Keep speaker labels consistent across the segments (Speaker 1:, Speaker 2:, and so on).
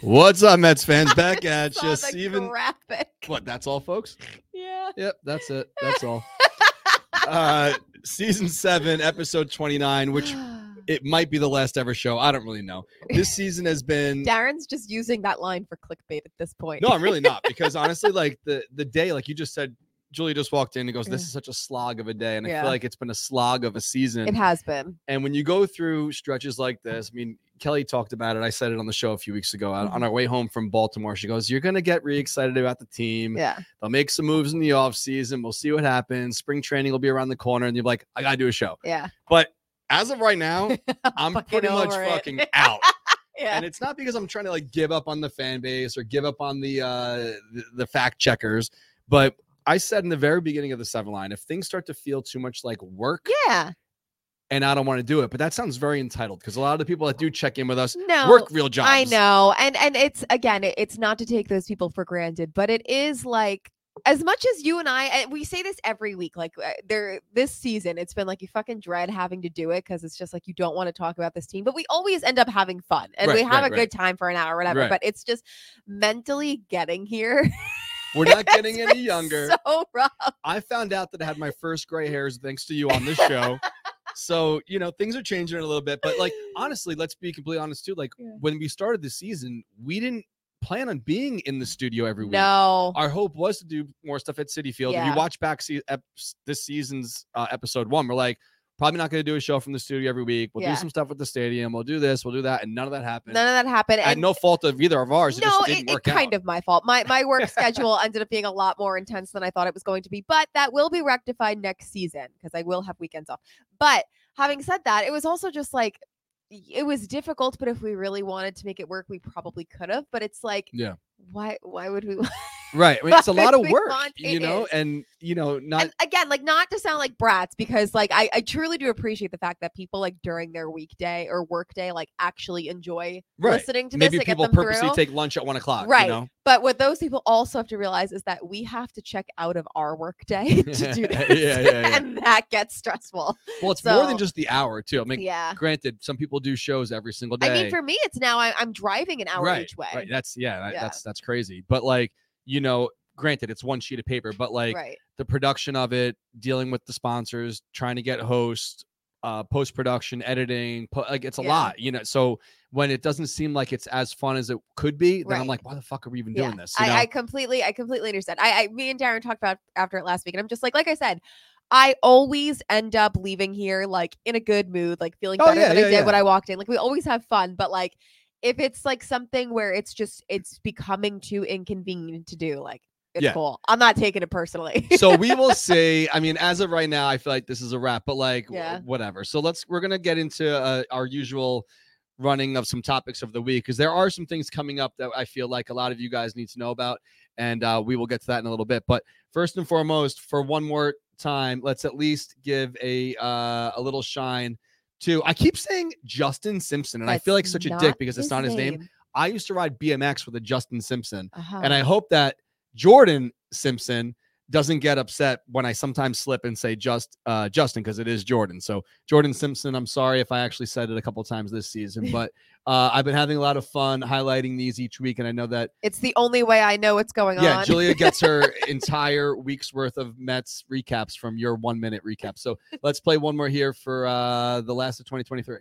Speaker 1: What's up, Mets fans? Back at
Speaker 2: Saw
Speaker 1: you,
Speaker 2: the
Speaker 1: Steven.
Speaker 2: graphic.
Speaker 1: What? That's all, folks.
Speaker 2: Yeah.
Speaker 1: Yep, that's it. That's all. uh, season seven, episode twenty-nine, which it might be the last ever show. I don't really know. This season has been.
Speaker 2: Darren's just using that line for clickbait at this point.
Speaker 1: No, I'm really not because honestly, like the the day, like you just said, Julia just walked in and goes, "This
Speaker 2: Yeah.
Speaker 1: is such a slog of a day," and I
Speaker 2: Yeah.
Speaker 1: feel like it's been a slog of a season.
Speaker 2: It has been.
Speaker 1: And when you go through stretches like this, I mean, Kelly talked about it. I said it on the show a few weeks ago on, on our way home from Baltimore. She goes, You're going to get re excited about the team.
Speaker 2: Yeah.
Speaker 1: They'll make some moves in the offseason. We'll see what happens. Spring training will be around the corner. And you're like, I got to do a show.
Speaker 2: Yeah.
Speaker 1: But as of right now, I'm
Speaker 2: Fucking
Speaker 1: pretty much
Speaker 2: over it.
Speaker 1: fucking out.
Speaker 2: Yeah.
Speaker 1: And it's not because I'm trying to like give up on the fan base or give up on the uh the, the fact checkers, but I said in the very beginning of the seven line, if things start to feel too much like work,
Speaker 2: Yeah.
Speaker 1: and I don't want to do it. But that sounds very entitled because a lot of the people that do check in with us
Speaker 2: No.
Speaker 1: work real jobs.
Speaker 2: I know. And and it's again, it- it's not to take those people for granted, but it is like as much as you and I and we say this every week like uh, there this season it's been like you fucking dread having to do it cuz it's just like you don't want to talk about this team, but we always end up having fun and we have
Speaker 1: Right, right,
Speaker 2: a
Speaker 1: right.
Speaker 2: good time for an hour or whatever,
Speaker 1: Right.
Speaker 2: but it's just mentally getting here.
Speaker 1: We're not getting
Speaker 2: It's
Speaker 1: any
Speaker 2: been
Speaker 1: younger.
Speaker 2: So rough.
Speaker 1: I found out that I had my first gray hairs thanks to you on this show. so, you know, things are changing a little bit. But like honestly, let's be completely honest too. Like
Speaker 2: Yeah.
Speaker 1: when we started the season, we didn't plan on being in the studio every week.
Speaker 2: No.
Speaker 1: Our hope was to do more stuff at City Field. If
Speaker 2: Yeah.
Speaker 1: you watch back se- ep- this season's uh, episode one, we're like, probably not going to do a show from the studio every week. We'll
Speaker 2: Yeah.
Speaker 1: do some stuff with the stadium. We'll do this. We'll do that. And none of that happened.
Speaker 2: None of that happened.
Speaker 1: at
Speaker 2: And
Speaker 1: no fault of either of ours. It
Speaker 2: no,
Speaker 1: just
Speaker 2: it,
Speaker 1: didn't
Speaker 2: it
Speaker 1: work
Speaker 2: kind
Speaker 1: out.
Speaker 2: of my fault. My my work schedule ended up being a lot more intense than I thought it was going to be, but that will be rectified next season because I will have weekends off. But having said that, it was also just like y- it was difficult, but if we really wanted to make it work, we probably could have. But it's like,
Speaker 1: Yeah.
Speaker 2: why why would we?
Speaker 1: right. I mean, it's a lot of
Speaker 2: We
Speaker 1: work,
Speaker 2: want-
Speaker 1: you
Speaker 2: it
Speaker 1: know,
Speaker 2: is.
Speaker 1: and you know, not
Speaker 2: and again, like not to sound like brats, because like I, I truly do appreciate the fact that people like during their weekday or workday like actually enjoy
Speaker 1: Right.
Speaker 2: listening to
Speaker 1: maybe
Speaker 2: this. to get
Speaker 1: people
Speaker 2: them
Speaker 1: purposely
Speaker 2: through.
Speaker 1: take lunch at one o'clock.
Speaker 2: Right.
Speaker 1: You know?
Speaker 2: But what those people also have to realize is that we have to check out of our workday to do
Speaker 1: Yeah,
Speaker 2: this.
Speaker 1: yeah, yeah.
Speaker 2: and that gets stressful.
Speaker 1: Well, it's more than
Speaker 2: So-
Speaker 1: just the hour too. I mean,
Speaker 2: yeah.
Speaker 1: granted, some people do shows every single
Speaker 2: I
Speaker 1: day.
Speaker 2: mean, for me, it's now I, I'm driving an hour
Speaker 1: right,
Speaker 2: each way.
Speaker 1: Right. That's yeah, that-
Speaker 2: Yeah.
Speaker 1: That's that's crazy. But like, you know, granted, it's one sheet of paper, but like
Speaker 2: Right.
Speaker 1: the production of it, dealing with the sponsors, trying to get hosts, uh, post production, editing, po- like it's a
Speaker 2: Yeah.
Speaker 1: lot, you know. So when it doesn't seem like it's as fun as it could be, then I'm
Speaker 2: Right.
Speaker 1: like, why the fuck are we even
Speaker 2: Yeah.
Speaker 1: doing this? You know?
Speaker 2: I, I completely, I completely understand. I, I, me and Darren talked about after it last week, and I'm just like, like I said, I always end up leaving here like in a good mood, like feeling
Speaker 1: Oh,
Speaker 2: better
Speaker 1: yeah,
Speaker 2: than I
Speaker 1: yeah,
Speaker 2: did when
Speaker 1: yeah.
Speaker 2: I walked in. Like we always have fun, but like if it's like something where it's just it's becoming too inconvenient to do, like it's
Speaker 1: Yeah.
Speaker 2: cool. I'm not taking it personally.
Speaker 1: so we will see. I mean, as of right now, I feel like this is a wrap, but like, w-
Speaker 2: Yeah.
Speaker 1: whatever. So let's, we're going to get into uh, our usual running of some topics of the week because there are some things coming up that I feel like a lot of you guys need to know about. And uh, we will get to that in a little bit. But first and foremost, for one more time, let's at least give a, uh, a little shine to, I keep saying Justin Simpson, and I feel like
Speaker 2: That's
Speaker 1: such a dick
Speaker 2: not
Speaker 1: because it's not his name. I used to ride BMX with a Justin Simpson.
Speaker 2: Uh-huh.
Speaker 1: And I hope that Jordan Simpson doesn't get upset when I sometimes slip and say just uh, Justin because it is Jordan. So Jordan Simpson, I'm sorry if I actually said it a couple times this season, but uh, I've been having a lot of fun highlighting these each week, and I know that
Speaker 2: it's the only way I know what's going
Speaker 1: yeah,
Speaker 2: on.
Speaker 1: Julia gets her entire week's worth of Mets recaps from your one minute recap. So let's play one more here for uh, the last of 2023.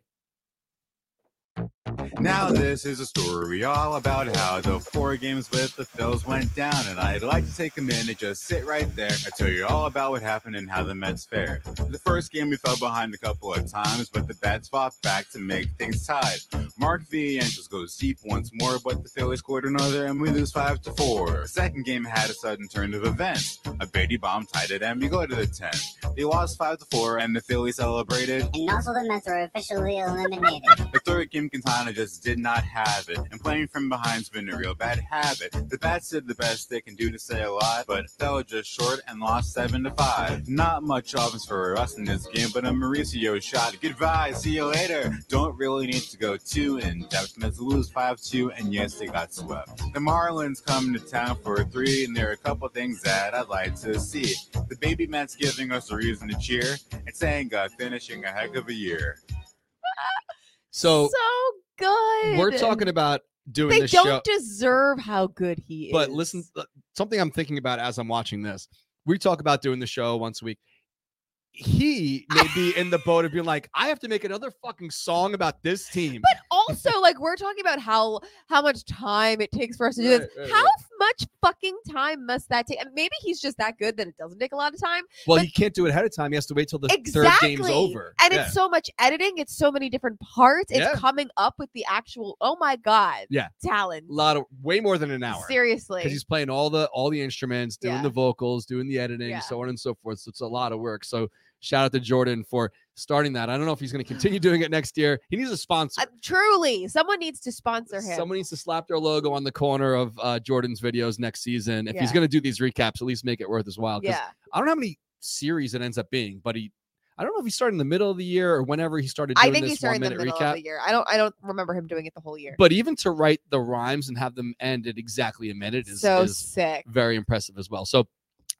Speaker 3: Now this is a story all about how the four games with the Phils went down, and I'd like to take a minute, just sit right there, and tell you all about what happened and how the Mets fared. The first game we fell behind a couple of times, but the bats fought back to make things tied. Mark Vientos goes deep once more, but the Phillies scored another, and we lose five to four. Second game had a sudden turn of events. A Beatty bomb tied it, and we go to the tenth. They lost five to four, and the Phillies celebrated.
Speaker 4: and also the Mets are officially eliminated.
Speaker 3: The third Kim Quintana just did not have it, and playing from behind's been a real bad habit. The bats did the best they can do to stay alive, but fell just short and lost seven to five. Not much offense for us in this game, but a Mauricio shot. Goodbye, see you later. Don't really need to go too in depth. Mets lose five two, and yes, they got swept. The Marlins come to town for a three, and there are a couple things that I'd like to see. The baby Mets giving us a reason to cheer, and Sanga finishing a heck of a year.
Speaker 1: So
Speaker 2: good.
Speaker 1: we're talking about doing
Speaker 2: They
Speaker 1: this
Speaker 2: don't
Speaker 1: show.
Speaker 2: deserve how good he is.
Speaker 1: But listen, uh, something I'm thinking about as I'm watching this. We talk about doing the show once a week. He may be in the boat of being like, I have to make another fucking song about this team.
Speaker 2: But also, like we're talking about how how much time it takes for us to do
Speaker 1: Right,
Speaker 2: this.
Speaker 1: right,
Speaker 2: How
Speaker 1: right.
Speaker 2: much fucking time must that take? And Maybe he's just that good that it doesn't take a lot of time.
Speaker 1: well,
Speaker 2: but-
Speaker 1: he can't do it ahead of time. He has to wait till the third
Speaker 2: exactly.
Speaker 1: game's over.
Speaker 2: And
Speaker 1: Yeah.
Speaker 2: it's so much editing. It's so many different parts. It's
Speaker 1: Yeah.
Speaker 2: coming up with the actual. Oh my god.
Speaker 1: Yeah.
Speaker 2: Talent.
Speaker 1: a lot of way more than an hour.
Speaker 2: Seriously.
Speaker 1: because he's playing all the all the instruments, doing
Speaker 2: Yeah.
Speaker 1: the vocals, doing the editing,
Speaker 2: Yeah.
Speaker 1: so on and so forth. So it's a lot of work. So shout out to Jordan for starting that. I don't know if he's going to continue doing it next year. He needs a sponsor.
Speaker 2: Uh, truly, someone needs to sponsor him.
Speaker 1: Someone needs to slap their logo on the corner of uh, Jordan's videos next season. If he's
Speaker 2: Yeah.
Speaker 1: going to do these recaps, at least make it worth his while. 'cause
Speaker 2: yeah.
Speaker 1: I don't know how many series it ends up being, but he. I don't know if he started in the middle of the year or whenever he started doing
Speaker 2: I think
Speaker 1: this
Speaker 2: he started in
Speaker 1: one
Speaker 2: the
Speaker 1: minute
Speaker 2: middle
Speaker 1: recap.
Speaker 2: of the year. I don't. I don't remember him doing it the whole year.
Speaker 1: But even to write the rhymes and have them end at exactly a minute is,
Speaker 2: so
Speaker 1: is
Speaker 2: sick.
Speaker 1: very impressive as well. So,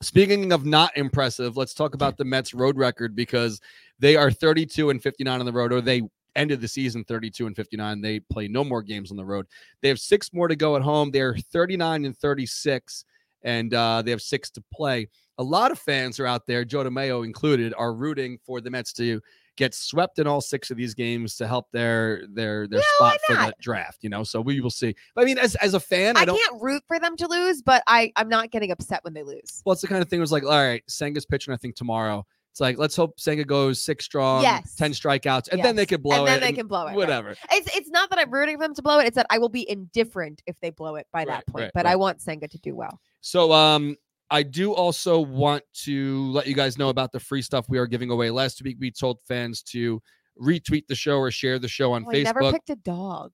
Speaker 1: speaking of not impressive, let's talk about the Mets road record because they are 32 and 59 on the road, or they ended the season 32 and 59. They play no more games on the road. They have six more to go at home. They're 39 and 36, and uh, they have six to play. A lot of fans are out there, Joe DeMeo included, are rooting for the Mets to get swept in all six of these games to help their their their
Speaker 2: Yeah, why
Speaker 1: spot for
Speaker 2: not?
Speaker 1: the draft. You know, so we will see. But I mean, as as a fan, I,
Speaker 2: I,
Speaker 1: don't
Speaker 2: can't root for them to lose, but I I'm not getting upset when they lose.
Speaker 1: Well, it's the kind of thing was like, all right, Senga's pitching, I think, tomorrow. It's like, let's hope Senga goes six strong,
Speaker 2: Yes.
Speaker 1: 10 strikeouts, and then they
Speaker 2: Yes.
Speaker 1: could blow
Speaker 2: and
Speaker 1: it.
Speaker 2: then they
Speaker 1: and
Speaker 2: can blow it. right.
Speaker 1: Whatever.
Speaker 2: It's it's not that I'm rooting for them to blow it. It's that I will be indifferent if they blow it by
Speaker 1: Right,
Speaker 2: that point.
Speaker 1: right,
Speaker 2: but
Speaker 1: right.
Speaker 2: I want Senga to do well.
Speaker 1: So, um, I do also want to let you guys know about the free stuff we are giving away. Last week, we told fans to retweet the show or share the show on
Speaker 2: Oh, I never
Speaker 1: Facebook.
Speaker 2: picked a dog.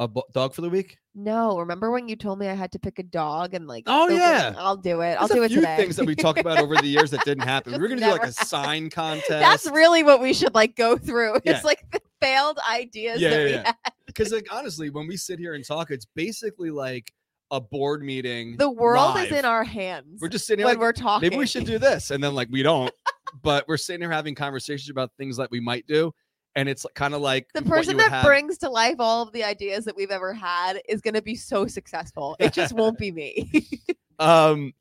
Speaker 1: a bo- dog for the week.
Speaker 2: No, remember when you told me I had to pick a dog and like
Speaker 1: Oh,
Speaker 2: the win-
Speaker 1: yeah.
Speaker 2: I'll do it. I'll
Speaker 1: There's
Speaker 2: do
Speaker 1: a
Speaker 2: it
Speaker 1: few
Speaker 2: today.
Speaker 1: things that we talked about over the years that didn't happen. We
Speaker 2: Just
Speaker 1: were going to do like
Speaker 2: never
Speaker 1: a sign contest.
Speaker 2: That's really what we should like go through.
Speaker 1: Yeah.
Speaker 2: It's like the failed ideas
Speaker 1: Yeah,
Speaker 2: that
Speaker 1: yeah,
Speaker 2: we
Speaker 1: yeah.
Speaker 2: had.
Speaker 1: because like honestly, when we sit here and talk, it's basically like a board meeting.
Speaker 2: The world is
Speaker 1: live.
Speaker 2: in our hands
Speaker 1: We're just sitting here
Speaker 2: when
Speaker 1: like,
Speaker 2: we're talking.
Speaker 1: maybe we should do this and then like we don't but we're sitting here having conversations about things that we might do and it's kind of like
Speaker 2: the
Speaker 1: what you
Speaker 2: person
Speaker 1: would
Speaker 2: that
Speaker 1: have-
Speaker 2: brings to life all of the ideas that we've ever had is going to be so successful. It just won't be me.
Speaker 1: um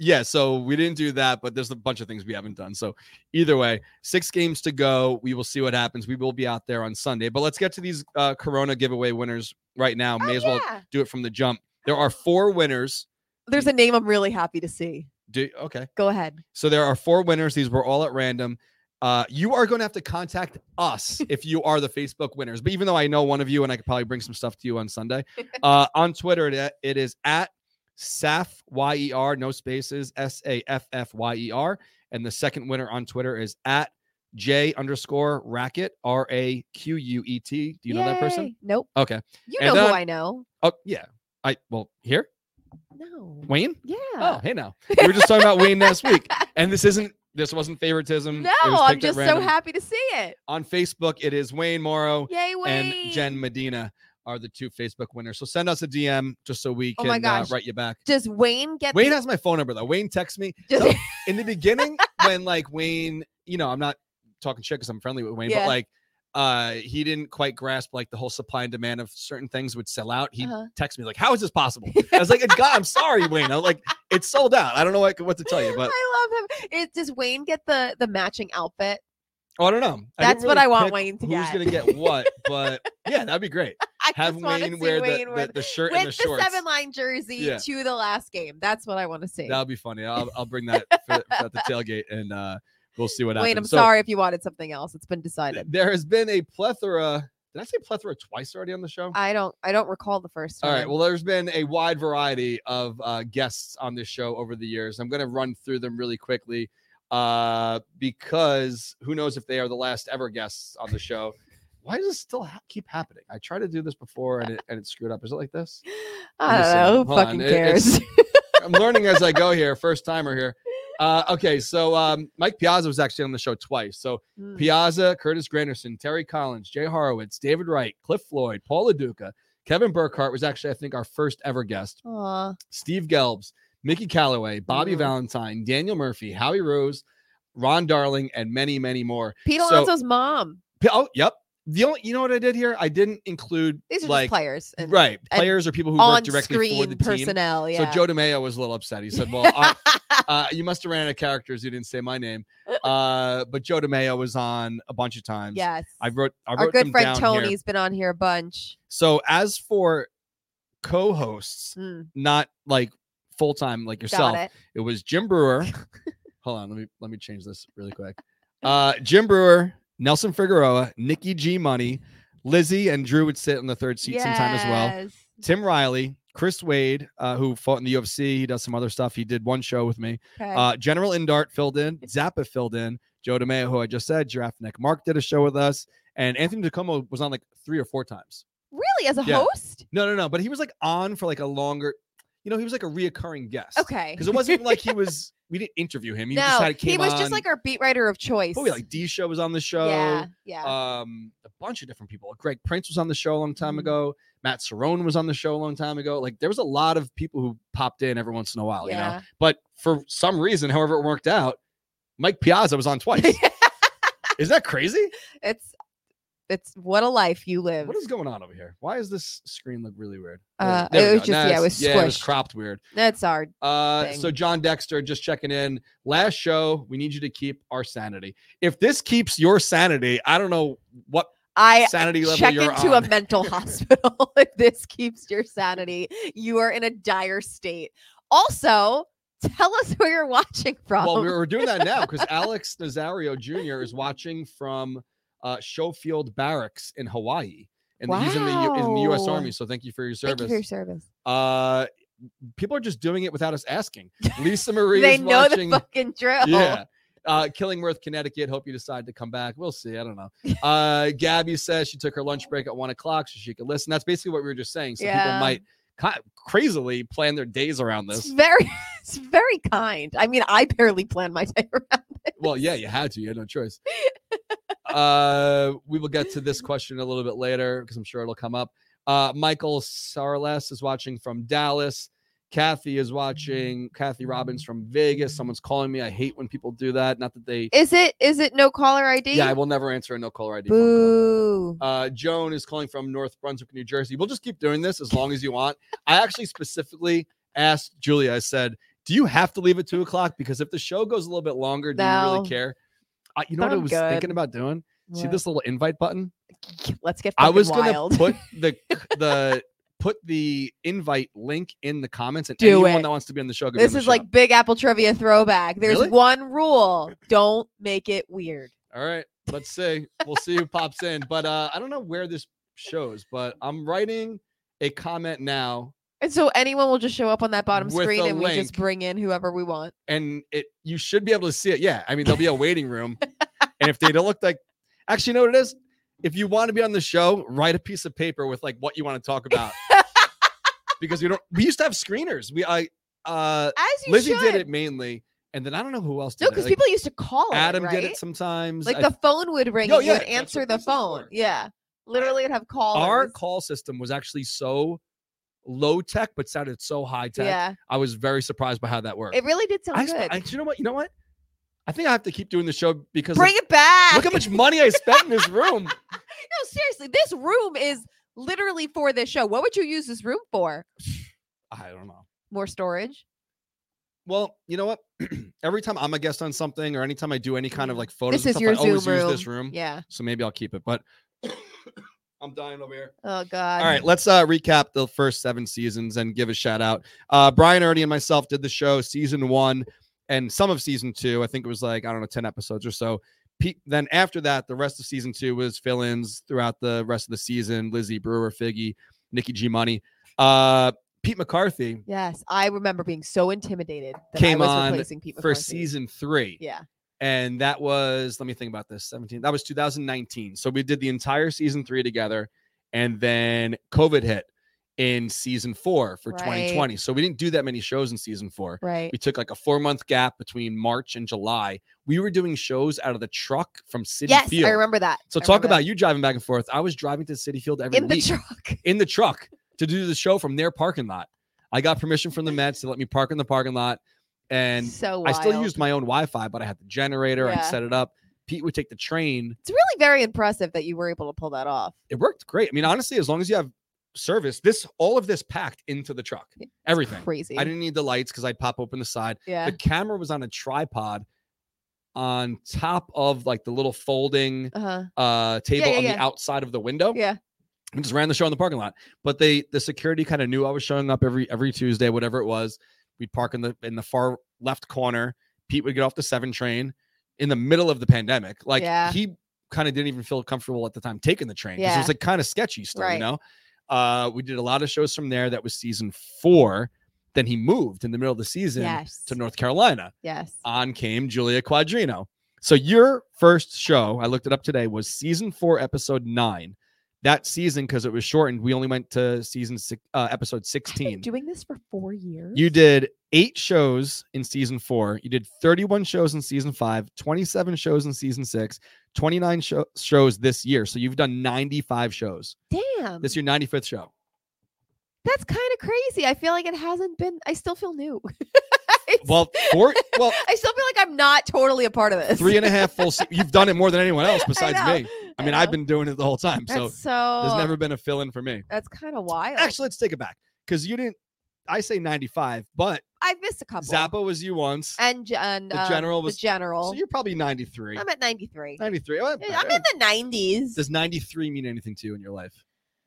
Speaker 1: yeah so we didn't do that but there's a bunch of things we haven't done so either way six games to go we will see what happens we will be out there on sunday but let's get to these uh corona giveaway winners right now may as well
Speaker 2: Oh, Yeah.
Speaker 1: do it from the jump there are four winners
Speaker 2: There's a name I'm really happy to see.
Speaker 1: do okay
Speaker 2: Go ahead.
Speaker 1: So there are four winners. These were all at random. Uh, you are going to have to contact us if you are the Facebook winners. But even though I know one of you, and I could probably bring some stuff to you on Sunday, uh, on Twitter it, it is at Saf Y E R, no spaces, S A F F Y E R, and the second winner on Twitter is at J underscore Racket R A Q U E T. Do you know that person?
Speaker 2: Yay. Nope.
Speaker 1: Okay.
Speaker 2: You
Speaker 1: And
Speaker 2: know
Speaker 1: then-
Speaker 2: who I know.
Speaker 1: Oh yeah. I well here
Speaker 2: No.
Speaker 1: Wayne.
Speaker 2: Yeah.
Speaker 1: Oh hey now we were just talking about Wayne last week, and this isn't this wasn't favoritism.
Speaker 2: no,
Speaker 1: um, It was
Speaker 2: I'm
Speaker 1: picked at
Speaker 2: just so
Speaker 1: random.
Speaker 2: happy to see it.
Speaker 1: on Facebook, it is Wayne Morrow
Speaker 2: Yay, Wayne.
Speaker 1: and Jen Medina are the two Facebook winners. So send us a DM just so we
Speaker 2: Oh
Speaker 1: can
Speaker 2: my
Speaker 1: uh,
Speaker 2: gosh.
Speaker 1: write you back.
Speaker 2: Does Wayne get
Speaker 1: Wayne
Speaker 2: the-
Speaker 1: has Oh, my phone number though. Wayne texts me
Speaker 2: does-
Speaker 1: so- in the beginning when like Wayne, you know, I'm not talking shit because I'm friendly with Wayne,
Speaker 2: Yeah.
Speaker 1: but like uh he didn't quite grasp like the whole supply and demand of certain things would sell out. He
Speaker 2: Uh-huh.
Speaker 1: texted me like, "How is this possible?" I was like, "It's God, I'm sorry, Wayne. I'm like, it's sold out. I don't know what, what to tell you, but
Speaker 2: I love him. It, does Wayne get the the matching outfit?
Speaker 1: oh, I don't know. I
Speaker 2: That's
Speaker 1: didn't
Speaker 2: what
Speaker 1: really
Speaker 2: I want
Speaker 1: pick
Speaker 2: Wayne to
Speaker 1: Who's
Speaker 2: get.
Speaker 1: gonna get what? But yeah, that'd be great.
Speaker 2: I
Speaker 1: have
Speaker 2: just want to see
Speaker 1: Wayne wear
Speaker 2: Wayne
Speaker 1: the,
Speaker 2: with,
Speaker 1: the, the shirt
Speaker 2: with
Speaker 1: and the shorts.
Speaker 2: seven line jersey
Speaker 1: Yeah.
Speaker 2: to the last game. That's what I want to see.
Speaker 1: That'll be funny. I'll, I'll bring that for, for at the tailgate and uh, we'll see what
Speaker 2: Wayne,
Speaker 1: happens.
Speaker 2: I'm
Speaker 1: So,
Speaker 2: sorry if you wanted something else. It's been
Speaker 1: th-
Speaker 2: decided.
Speaker 1: There has been a plethora. Did I say plethora twice already on the show?
Speaker 2: I don't. I don't recall the first.
Speaker 1: All right.
Speaker 2: one.
Speaker 1: Well, there's been a wide variety of uh, guests on this show over the years. I'm going to run through them really quickly uh, because who knows if they are the last ever guests on the show. Why does this still ha- keep happening? I tried to do this before and it, and it screwed up. Is it like this?
Speaker 2: I
Speaker 1: Let me
Speaker 2: don't
Speaker 1: see.
Speaker 2: know. Who
Speaker 1: Hold on,
Speaker 2: fucking
Speaker 1: it- it's-
Speaker 2: cares?
Speaker 1: I'm learning as I go here. First timer here. Uh, okay, so um, Mike Piazza was actually on the show twice. So
Speaker 2: Mm.
Speaker 1: Piazza, Curtis Granderson, Terry Collins, Jay Horowitz, David Wright, Cliff Floyd, Paula Duca, Kevin Burkhart was actually, I think, our first ever guest.
Speaker 2: Aw.
Speaker 1: Steve Gelbs, Mickey Calloway, Bobby
Speaker 2: Mm.
Speaker 1: Valentine, Daniel Murphy, Howie Rose, Ron Darling, and many, many more.
Speaker 2: Pete
Speaker 1: So-
Speaker 2: Alonso's mom.
Speaker 1: P- Oh, yep. the only you know what I did here? I didn't include
Speaker 2: These are
Speaker 1: like
Speaker 2: just players. And
Speaker 1: right
Speaker 2: and
Speaker 1: players or people who work
Speaker 2: On
Speaker 1: directly for
Speaker 2: screen
Speaker 1: the team.
Speaker 2: personnel. Yeah.
Speaker 1: So Joe DeMeo was a little upset. He said, "Well, I, uh, you must have ran out of characters. You didn't say my name." Uh, but Joe DeMeo was on a bunch of times.
Speaker 2: yes.
Speaker 1: I wrote. I wrote
Speaker 2: Our good
Speaker 1: them
Speaker 2: friend
Speaker 1: down here.
Speaker 2: Tony's been on here a bunch.
Speaker 1: So as for co-hosts,
Speaker 2: Mm,
Speaker 1: not like full time like yourself,
Speaker 2: got it.
Speaker 1: it was Jim Brewer. Hold on, let me let me change this really quick. Uh, Jim Brewer, Nelson Figueroa, Nikki G Money, Lizzie, and Drew would sit on the third seat sometime as well.
Speaker 2: Yes.
Speaker 1: Tim Riley, Chris Wade, uh, who fought in the UFC, he does some other stuff. He did one show with me.
Speaker 2: Okay.
Speaker 1: Uh, General Indart filled in, Zappa filled in, Joe DeMeo, who I just said, Giraffe Neck Mark did a show with us, and Anthony DeComo was on like three or four times.
Speaker 2: really, as a
Speaker 1: yeah.
Speaker 2: host?
Speaker 1: No, no, no, but he was like on for like a longer, you know, he was like a reoccurring guest.
Speaker 2: Okay.
Speaker 1: Because it wasn't like he was, we didn't interview him. He
Speaker 2: no,
Speaker 1: just had, came
Speaker 2: he was
Speaker 1: on-
Speaker 2: just like our beat writer of choice.
Speaker 1: oh, yeah, like D Show was on the show.
Speaker 2: yeah, yeah.
Speaker 1: Um, a bunch of different people. Greg Prince was on the show a long time
Speaker 2: Mhm.
Speaker 1: ago. Matt Cerrone was on the show a long time ago. Like there was a lot of people who popped in every once in a while, you know.
Speaker 2: yeah.
Speaker 1: But for some reason, however it worked out, Mike Piazza was on twice. Isn't that crazy?
Speaker 2: It's it's what a life you live.
Speaker 1: What is going on over here? Why is this screen look really weird?
Speaker 2: Uh,
Speaker 1: There
Speaker 2: it
Speaker 1: we
Speaker 2: was
Speaker 1: go.
Speaker 2: just-
Speaker 1: Now
Speaker 2: yeah, it
Speaker 1: it's-
Speaker 2: was
Speaker 1: yeah, it was
Speaker 2: squished.
Speaker 1: cropped weird.
Speaker 2: That's our
Speaker 1: Uh,
Speaker 2: thing.
Speaker 1: so John Dexter just checking in. Last show, we need you to keep our sanity. If this keeps your sanity, I don't know what
Speaker 2: I
Speaker 1: sanity level
Speaker 2: check
Speaker 1: you're
Speaker 2: into
Speaker 1: on.
Speaker 2: a mental hospital if this keeps your sanity. You are in a dire state. Also, tell us who you're watching from.
Speaker 1: Well, we we're doing that now because Alex Nazario Jr. is watching from uh, Schofield Barracks in Hawaii, and he's in the U- in the U.S.
Speaker 2: Wow.
Speaker 1: Army. So thank you for your
Speaker 2: Thank
Speaker 1: service.
Speaker 2: you for your service.
Speaker 1: uh, people are just doing it without us asking. Lisa Marie
Speaker 2: they
Speaker 1: is
Speaker 2: know
Speaker 1: watching.
Speaker 2: the fucking drill.
Speaker 1: Yeah. Uh, Killingworth, Connecticut. Hope you decide to come back. We'll see. I don't know. Uh, Gabby says she took her lunch break at one o'clock so she could listen. That's basically what we were just saying. So people
Speaker 2: Yeah.
Speaker 1: might ki- crazily plan their days around
Speaker 2: It's
Speaker 1: this.
Speaker 2: very, it's very kind. I mean, I barely plan my day around.
Speaker 1: well, yeah, you had to. You had no choice. uh, we will get to this question a little bit later because I'm sure it'll come up. Uh, Michael Sarles is watching from Dallas. Kathy is watching. Kathy Robbins from Vegas. Someone's calling me. I hate when people do that. Not that they.
Speaker 2: Is it? Is it no caller ID?
Speaker 1: Yeah, I will never answer a no caller ID. phone call.
Speaker 2: Boo.
Speaker 1: Uh, Joan is calling from North Brunswick, New Jersey. We'll just keep doing this as long as you want. I actually specifically asked Julia, I said, Do you have to leave at two o'clock? Because if the show goes a little bit longer, do you
Speaker 2: No.
Speaker 1: really care? Uh, you know
Speaker 2: But
Speaker 1: what I
Speaker 2: I'm
Speaker 1: was
Speaker 2: good.
Speaker 1: thinking about doing? See
Speaker 2: What?
Speaker 1: this little invite button?
Speaker 2: Let's get.
Speaker 1: I
Speaker 2: fucking
Speaker 1: was
Speaker 2: wild.
Speaker 1: gonna put the the put the invite link in the comments and
Speaker 2: Do
Speaker 1: anyone
Speaker 2: it.
Speaker 1: that wants to be on the show. can be
Speaker 2: This
Speaker 1: on the
Speaker 2: is like
Speaker 1: show.
Speaker 2: Big Apple trivia throwback. There's
Speaker 1: Really?
Speaker 2: one rule: don't make it weird.
Speaker 1: all right, let's see. We'll see who pops in. But uh, I don't know where this shows, but I'm writing a comment now
Speaker 2: And so anyone will just show up on that bottom
Speaker 1: With
Speaker 2: screen,
Speaker 1: a
Speaker 2: and we
Speaker 1: link.
Speaker 2: just bring in whoever we want.
Speaker 1: and it you should be able to see it. Yeah, I mean there'll be a waiting room, and if they don't look like, actually, you know what it is? If you want to be on the show, write a piece of paper with like what you want to talk about, because we don't. We used to have screeners. We I uh
Speaker 2: As you
Speaker 1: Lizzie
Speaker 2: should.
Speaker 1: did it mainly, and then I don't know who else did
Speaker 2: No,
Speaker 1: it.
Speaker 2: because
Speaker 1: like,
Speaker 2: people used to call
Speaker 1: Adam
Speaker 2: it, right?
Speaker 1: did it sometimes.
Speaker 2: Like
Speaker 1: I-
Speaker 2: the phone would ring,
Speaker 1: Oh,
Speaker 2: and you
Speaker 1: yeah,
Speaker 2: would
Speaker 1: that's what
Speaker 2: answer the
Speaker 1: this is for.
Speaker 2: phone. Yeah, literally, it'd have callers.
Speaker 1: our call system was actually so low tech, but sounded so high tech.
Speaker 2: Yeah,
Speaker 1: I was very surprised by how that worked.
Speaker 2: it really did sound
Speaker 1: I,
Speaker 2: good.
Speaker 1: sp- I- you know what? You know what? I think I have to keep doing the show because of
Speaker 2: bring it back.
Speaker 1: Look how much money I spent in this room.
Speaker 2: no, seriously, this room is literally for this show. What would you use this room for?
Speaker 1: I don't know.
Speaker 2: More storage.
Speaker 1: Well, you know what? Every time I'm a guest on something or anytime I do any kind of
Speaker 2: Yeah.
Speaker 1: like
Speaker 2: this
Speaker 1: photos, and
Speaker 2: is
Speaker 1: stuff,
Speaker 2: your
Speaker 1: I always
Speaker 2: Zoom room.
Speaker 1: use this room.
Speaker 2: Yeah.
Speaker 1: So maybe I'll keep it, but I'm dying over here.
Speaker 2: Oh God.
Speaker 1: All right, let's uh, recap the first seven seasons and give a shout out. Uh, Brian Ernie and myself did the show season one and some of season two. I think it was like, I don't know, 10 episodes or so. Pe- then after that, the rest of season two was fill ins throughout the rest of the season Lizzie Brewer, Figgy, Nikki G Money. Uh, Pete McCarthy,
Speaker 2: Yes, I remember being so intimidated that
Speaker 1: Came
Speaker 2: I was
Speaker 1: on
Speaker 2: replacing Pete
Speaker 1: for
Speaker 2: McCarthy.
Speaker 1: season three.
Speaker 2: Yeah,
Speaker 1: And that was, let me think about this 17. That was 2019. So we did the entire season three together. And then COVID hit in season four for
Speaker 2: Right.
Speaker 1: 2020. So we didn't do that many shows in season four.
Speaker 2: right.
Speaker 1: We took like a four month gap between March and July. We were doing shows out of the truck from City
Speaker 2: Yes,
Speaker 1: Field.
Speaker 2: I remember that.
Speaker 1: so
Speaker 2: I
Speaker 1: talk
Speaker 2: remember
Speaker 1: about you driving back and forth. I was driving to City Field
Speaker 2: that.
Speaker 1: every
Speaker 2: in the
Speaker 1: week
Speaker 2: truck.
Speaker 1: in the truck to do the show from their parking lot. I got permission from the Mets to let me park in the parking lot. And
Speaker 2: so
Speaker 1: I still
Speaker 2: wild.
Speaker 1: used my own Wi-Fi, but I had the generator. I
Speaker 2: Yeah.
Speaker 1: set it up. Pete would take the train.
Speaker 2: It's really very impressive that you were able to pull that off.
Speaker 1: It worked great. I mean, honestly, as long as you have service, this all of this packed into the truck,
Speaker 2: It's
Speaker 1: everything.
Speaker 2: Crazy.
Speaker 1: I didn't need the lights because I'd pop open the side.
Speaker 2: yeah.
Speaker 1: The camera was on a tripod on top of like the little folding
Speaker 2: Uh huh.
Speaker 1: uh table
Speaker 2: yeah,
Speaker 1: on the
Speaker 2: yeah.
Speaker 1: outside of the window.
Speaker 2: Yeah.
Speaker 1: We just ran the show in the parking lot. But they the security kind of knew I was showing up every every Tuesday, whatever it was. We'd park in the in the far left corner. Pete would get off the seven train in the middle of the pandemic. Like
Speaker 2: Yeah.
Speaker 1: he kind of didn't even feel comfortable at the time taking the train because it
Speaker 2: Yeah.
Speaker 1: was like kind of sketchy still, you
Speaker 2: Right.
Speaker 1: know. Uh we did a lot of shows from there. That was season four. Then he moved in the middle of the season
Speaker 2: Yes.
Speaker 1: to North Carolina
Speaker 2: Yes.
Speaker 1: on came Julia Quadrino. So your first show, I looked it up today, was season four, episode nine. That season, because it was shortened, we only went to season six, uh, episode sixteen.
Speaker 2: Doing this for four years.
Speaker 1: You did eight shows in season four. You did 31 shows in season five, 27 shows in season six, 29 sho- shows this year. So you've done 95 shows.
Speaker 2: Damn.
Speaker 1: This is your 95th show.
Speaker 2: That's kind of crazy. I feel like it hasn't been. I still feel new. It's-
Speaker 1: Well, four, well,
Speaker 2: I still feel like I'm not totally a part of this.
Speaker 1: three and a half full. Se- you've done it more than anyone else besides me. I mean, I've
Speaker 2: know.
Speaker 1: been doing it the whole time. So
Speaker 2: That's so.
Speaker 1: there's never been a fill in for me.
Speaker 2: That's kind of wild.
Speaker 1: Actually, let's take it back because you didn't. I say 95, but
Speaker 2: I've missed a couple.
Speaker 1: Zappa was you once.
Speaker 2: and J- and
Speaker 1: The
Speaker 2: um,
Speaker 1: general was-
Speaker 2: the general.
Speaker 1: So you're probably 93.
Speaker 2: I'm at 93.
Speaker 1: 93. Oh,
Speaker 2: I'm in the 90s.
Speaker 1: Does 93 mean anything to you in your life?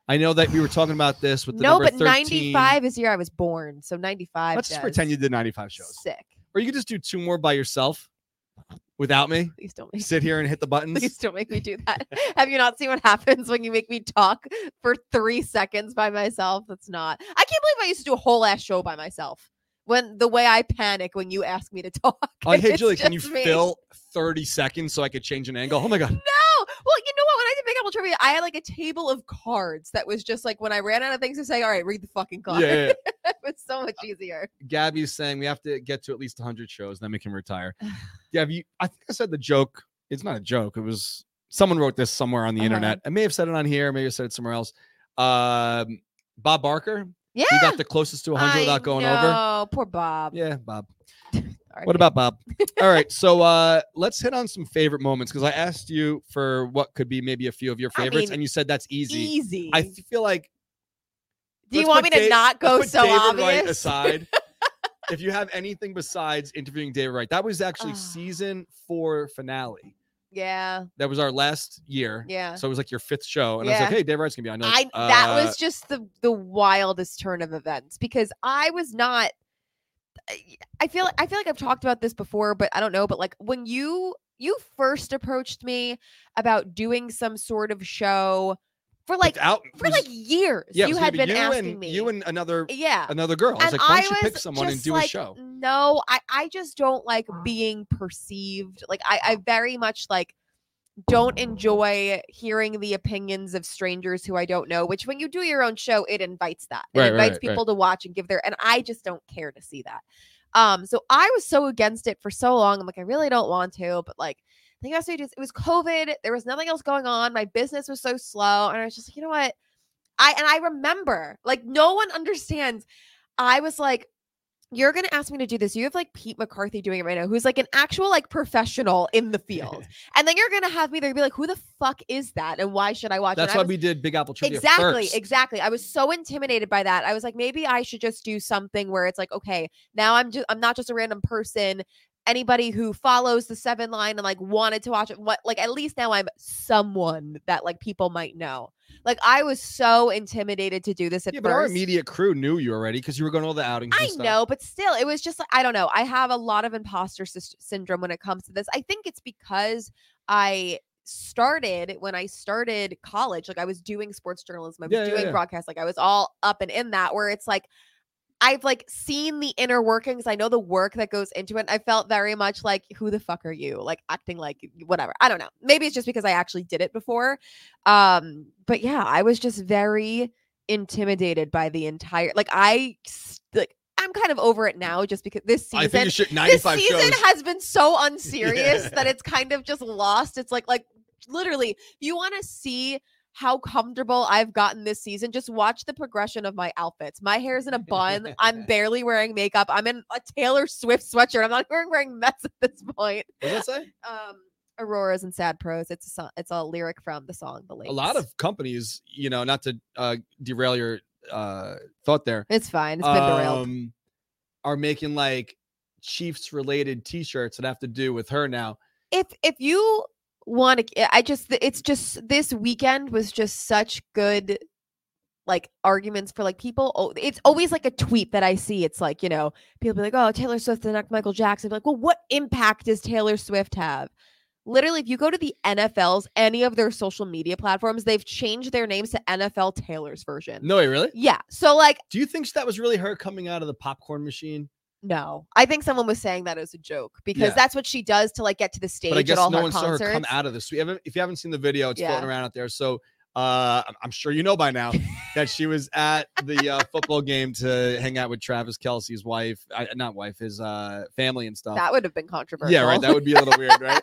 Speaker 1: I know that we were talking about this with the
Speaker 2: No,
Speaker 1: number
Speaker 2: but
Speaker 1: 13.
Speaker 2: 95 is the year I was born, so 95.
Speaker 1: Let's just
Speaker 2: does.
Speaker 1: pretend you did 95 shows.
Speaker 2: Sick.
Speaker 1: Or you could just do two more by yourself without me.
Speaker 2: Please don't make.
Speaker 1: Sit here and hit the
Speaker 2: Please
Speaker 1: buttons.
Speaker 2: don't make me do that. Have you not seen what happens when you make me talk for three seconds by myself? That's not. I can't believe I used to do a whole ass show by myself. When the way I panic when you ask me to talk.
Speaker 1: Like, Oh, hey,
Speaker 2: It's
Speaker 1: Julie, can you
Speaker 2: just me.
Speaker 1: fill 30 seconds so I could change an angle? Oh my God.
Speaker 2: No. Well, you know what? When I did Big Apple Trivia, I had like a table of cards that was just like when I ran out of things to say, all right, read the fucking
Speaker 1: Yeah,
Speaker 2: card.
Speaker 1: yeah, Uh, yeah.
Speaker 2: it was so much easier.
Speaker 1: Gabby's saying we have to get to at least 100 shows, then we can retire. Gabby, you- I think I said the joke. It's not a joke. It was someone wrote this somewhere on the
Speaker 2: Uh-huh.
Speaker 1: internet. I may have said it on here. Maybe I said it somewhere else. Um, Bob Barker,
Speaker 2: Yeah.
Speaker 1: he got the closest to 100 without going over.
Speaker 2: Oh, poor Bob.
Speaker 1: Yeah, Bob.
Speaker 2: All
Speaker 1: What
Speaker 2: right.
Speaker 1: about Bob? All right, so uh, let's hit on some favorite moments because I asked you for what could be maybe a few of your
Speaker 2: I
Speaker 1: favorites,
Speaker 2: mean,
Speaker 1: and you said that's easy.
Speaker 2: easy?
Speaker 1: I feel like
Speaker 2: Do you
Speaker 1: Let's
Speaker 2: want me
Speaker 1: put
Speaker 2: to
Speaker 1: Dave-
Speaker 2: not go
Speaker 1: put
Speaker 2: so
Speaker 1: David Wright
Speaker 2: obvious?
Speaker 1: aside. if you have anything besides interviewing David Wright, that was actually
Speaker 2: Ah.
Speaker 1: season four finale.
Speaker 2: yeah,
Speaker 1: That was our last year.
Speaker 2: yeah.
Speaker 1: So it was like your fifth show. And I was
Speaker 2: Yeah.
Speaker 1: like, hey, David Wright's gonna be on. You're
Speaker 2: I
Speaker 1: like,
Speaker 2: that
Speaker 1: "Uh,
Speaker 2: was just the the wildest turn of events because I was not. I- I feel I feel like I've talked about this before, but I don't know. But like when you you first approached me about doing some sort of show for like
Speaker 1: without- it
Speaker 2: for
Speaker 1: was-
Speaker 2: like years,
Speaker 1: yeah, it
Speaker 2: you
Speaker 1: was
Speaker 2: had
Speaker 1: gonna
Speaker 2: been
Speaker 1: be you
Speaker 2: asking
Speaker 1: and,
Speaker 2: me.
Speaker 1: You and another
Speaker 2: yeah,
Speaker 1: another girl. I
Speaker 2: and
Speaker 1: was like, why
Speaker 2: I
Speaker 1: don't you pick
Speaker 2: was
Speaker 1: someone and
Speaker 2: just
Speaker 1: do
Speaker 2: like,
Speaker 1: a show?
Speaker 2: No, I, I just don't like being perceived. Like I, I very much like don't enjoy hearing the opinions of strangers who I don't know, which when you do your own show, it invites that. It
Speaker 1: Right, right,
Speaker 2: invites
Speaker 1: right, right.
Speaker 2: people to watch and give their and I just don't care to see that. Um, so I was so against it for so long. I'm like, I really don't want to, but like I think that's what it is. It was COVID. There was nothing else going on. My business was so slow. And I was just like, you know what? I and I remember, like, no one understands. I was like, you're gonna ask me to do this. You have like Pete McCarthy doing it right now, who's like an actual like professional in the field. and then you're gonna have me there and be like, who the fuck is that? And why should I watch
Speaker 1: That's
Speaker 2: it? And I
Speaker 1: why
Speaker 2: was-
Speaker 1: we did Big Apple Trivia
Speaker 2: Exactly,
Speaker 1: first.
Speaker 2: exactly. I was so intimidated by that. I was like, maybe I should just do something where it's like, okay, now I'm just I'm not just a random person. Anybody who follows the seven line and like wanted to watch it, what like at least now I'm someone that like people might know. Like I was so intimidated to do this at
Speaker 1: Yeah, but our
Speaker 2: first.
Speaker 1: immediate crew knew you already because you were going to all the outings.
Speaker 2: I
Speaker 1: and stuff.
Speaker 2: know, but still, it was just like I don't know. I have a lot of imposter sys- syndrome when it comes to this. I think it's because I started when I started college, like I was doing sports journalism, I was
Speaker 1: Yeah, yeah,
Speaker 2: doing
Speaker 1: yeah.
Speaker 2: broadcast, like I was all up and in that. Where it's like I've like seen the inner workings. I know the work that goes into it. and I felt very much like, who the fuck are you? Like acting like whatever. I don't know. Maybe it's just because I actually did it before. Um, but yeah, I was just very intimidated by the entire like I s- like I'm kind of over it now just because this
Speaker 1: I
Speaker 2: season
Speaker 1: think you should
Speaker 2: this
Speaker 1: 95
Speaker 2: season
Speaker 1: shows.
Speaker 2: has been so unserious that it's kind of just lost. It's like like literally, if you want to see how comfortable I've gotten this season, just watch the progression of my outfits. My hair's in a bun. I'm barely wearing makeup. I'm in a Taylor Swift sweatshirt. I'm not even wearing Mets at this point.
Speaker 1: What did I say?
Speaker 2: Um Auroras and Sad Pros. It's a song. It's a lyric from the song The Lakes.
Speaker 1: a lot of companies, you know, not to uh, derail your uh, thought there,
Speaker 2: it's fine. It's been derailed.
Speaker 1: um, are making like Chiefs related t shirts that have to do with her now.
Speaker 2: If if you want to, I just it's just this weekend was just such good like arguments for like people. Oh, it's always like a tweet that I see. It's like you know people be like, oh Taylor Swift and Michael Jackson. Be like, well, what impact does Taylor Swift have? Literally, if you go to the NFL's any of their social media platforms, they've changed their names to NFL Taylor's version.
Speaker 1: No, wait, really?
Speaker 2: Yeah. So like
Speaker 1: Do you think that was really her coming out of the popcorn machine?
Speaker 2: No, I think someone was saying that as a joke because
Speaker 1: Yeah.
Speaker 2: that's what she does to like get to the stage
Speaker 1: but I guess
Speaker 2: at all
Speaker 1: no
Speaker 2: her
Speaker 1: one
Speaker 2: concerts.
Speaker 1: saw her come out of this. We haven't, if you haven't seen the video, it's
Speaker 2: Yeah.
Speaker 1: floating around out there. So uh, I'm- I'm sure you know by now that she was at the uh, football game to hang out with Travis Kelsey's wife, I, not wife, his uh, family and stuff.
Speaker 2: That would have been controversial.
Speaker 1: yeah, right. That would be a little weird, right?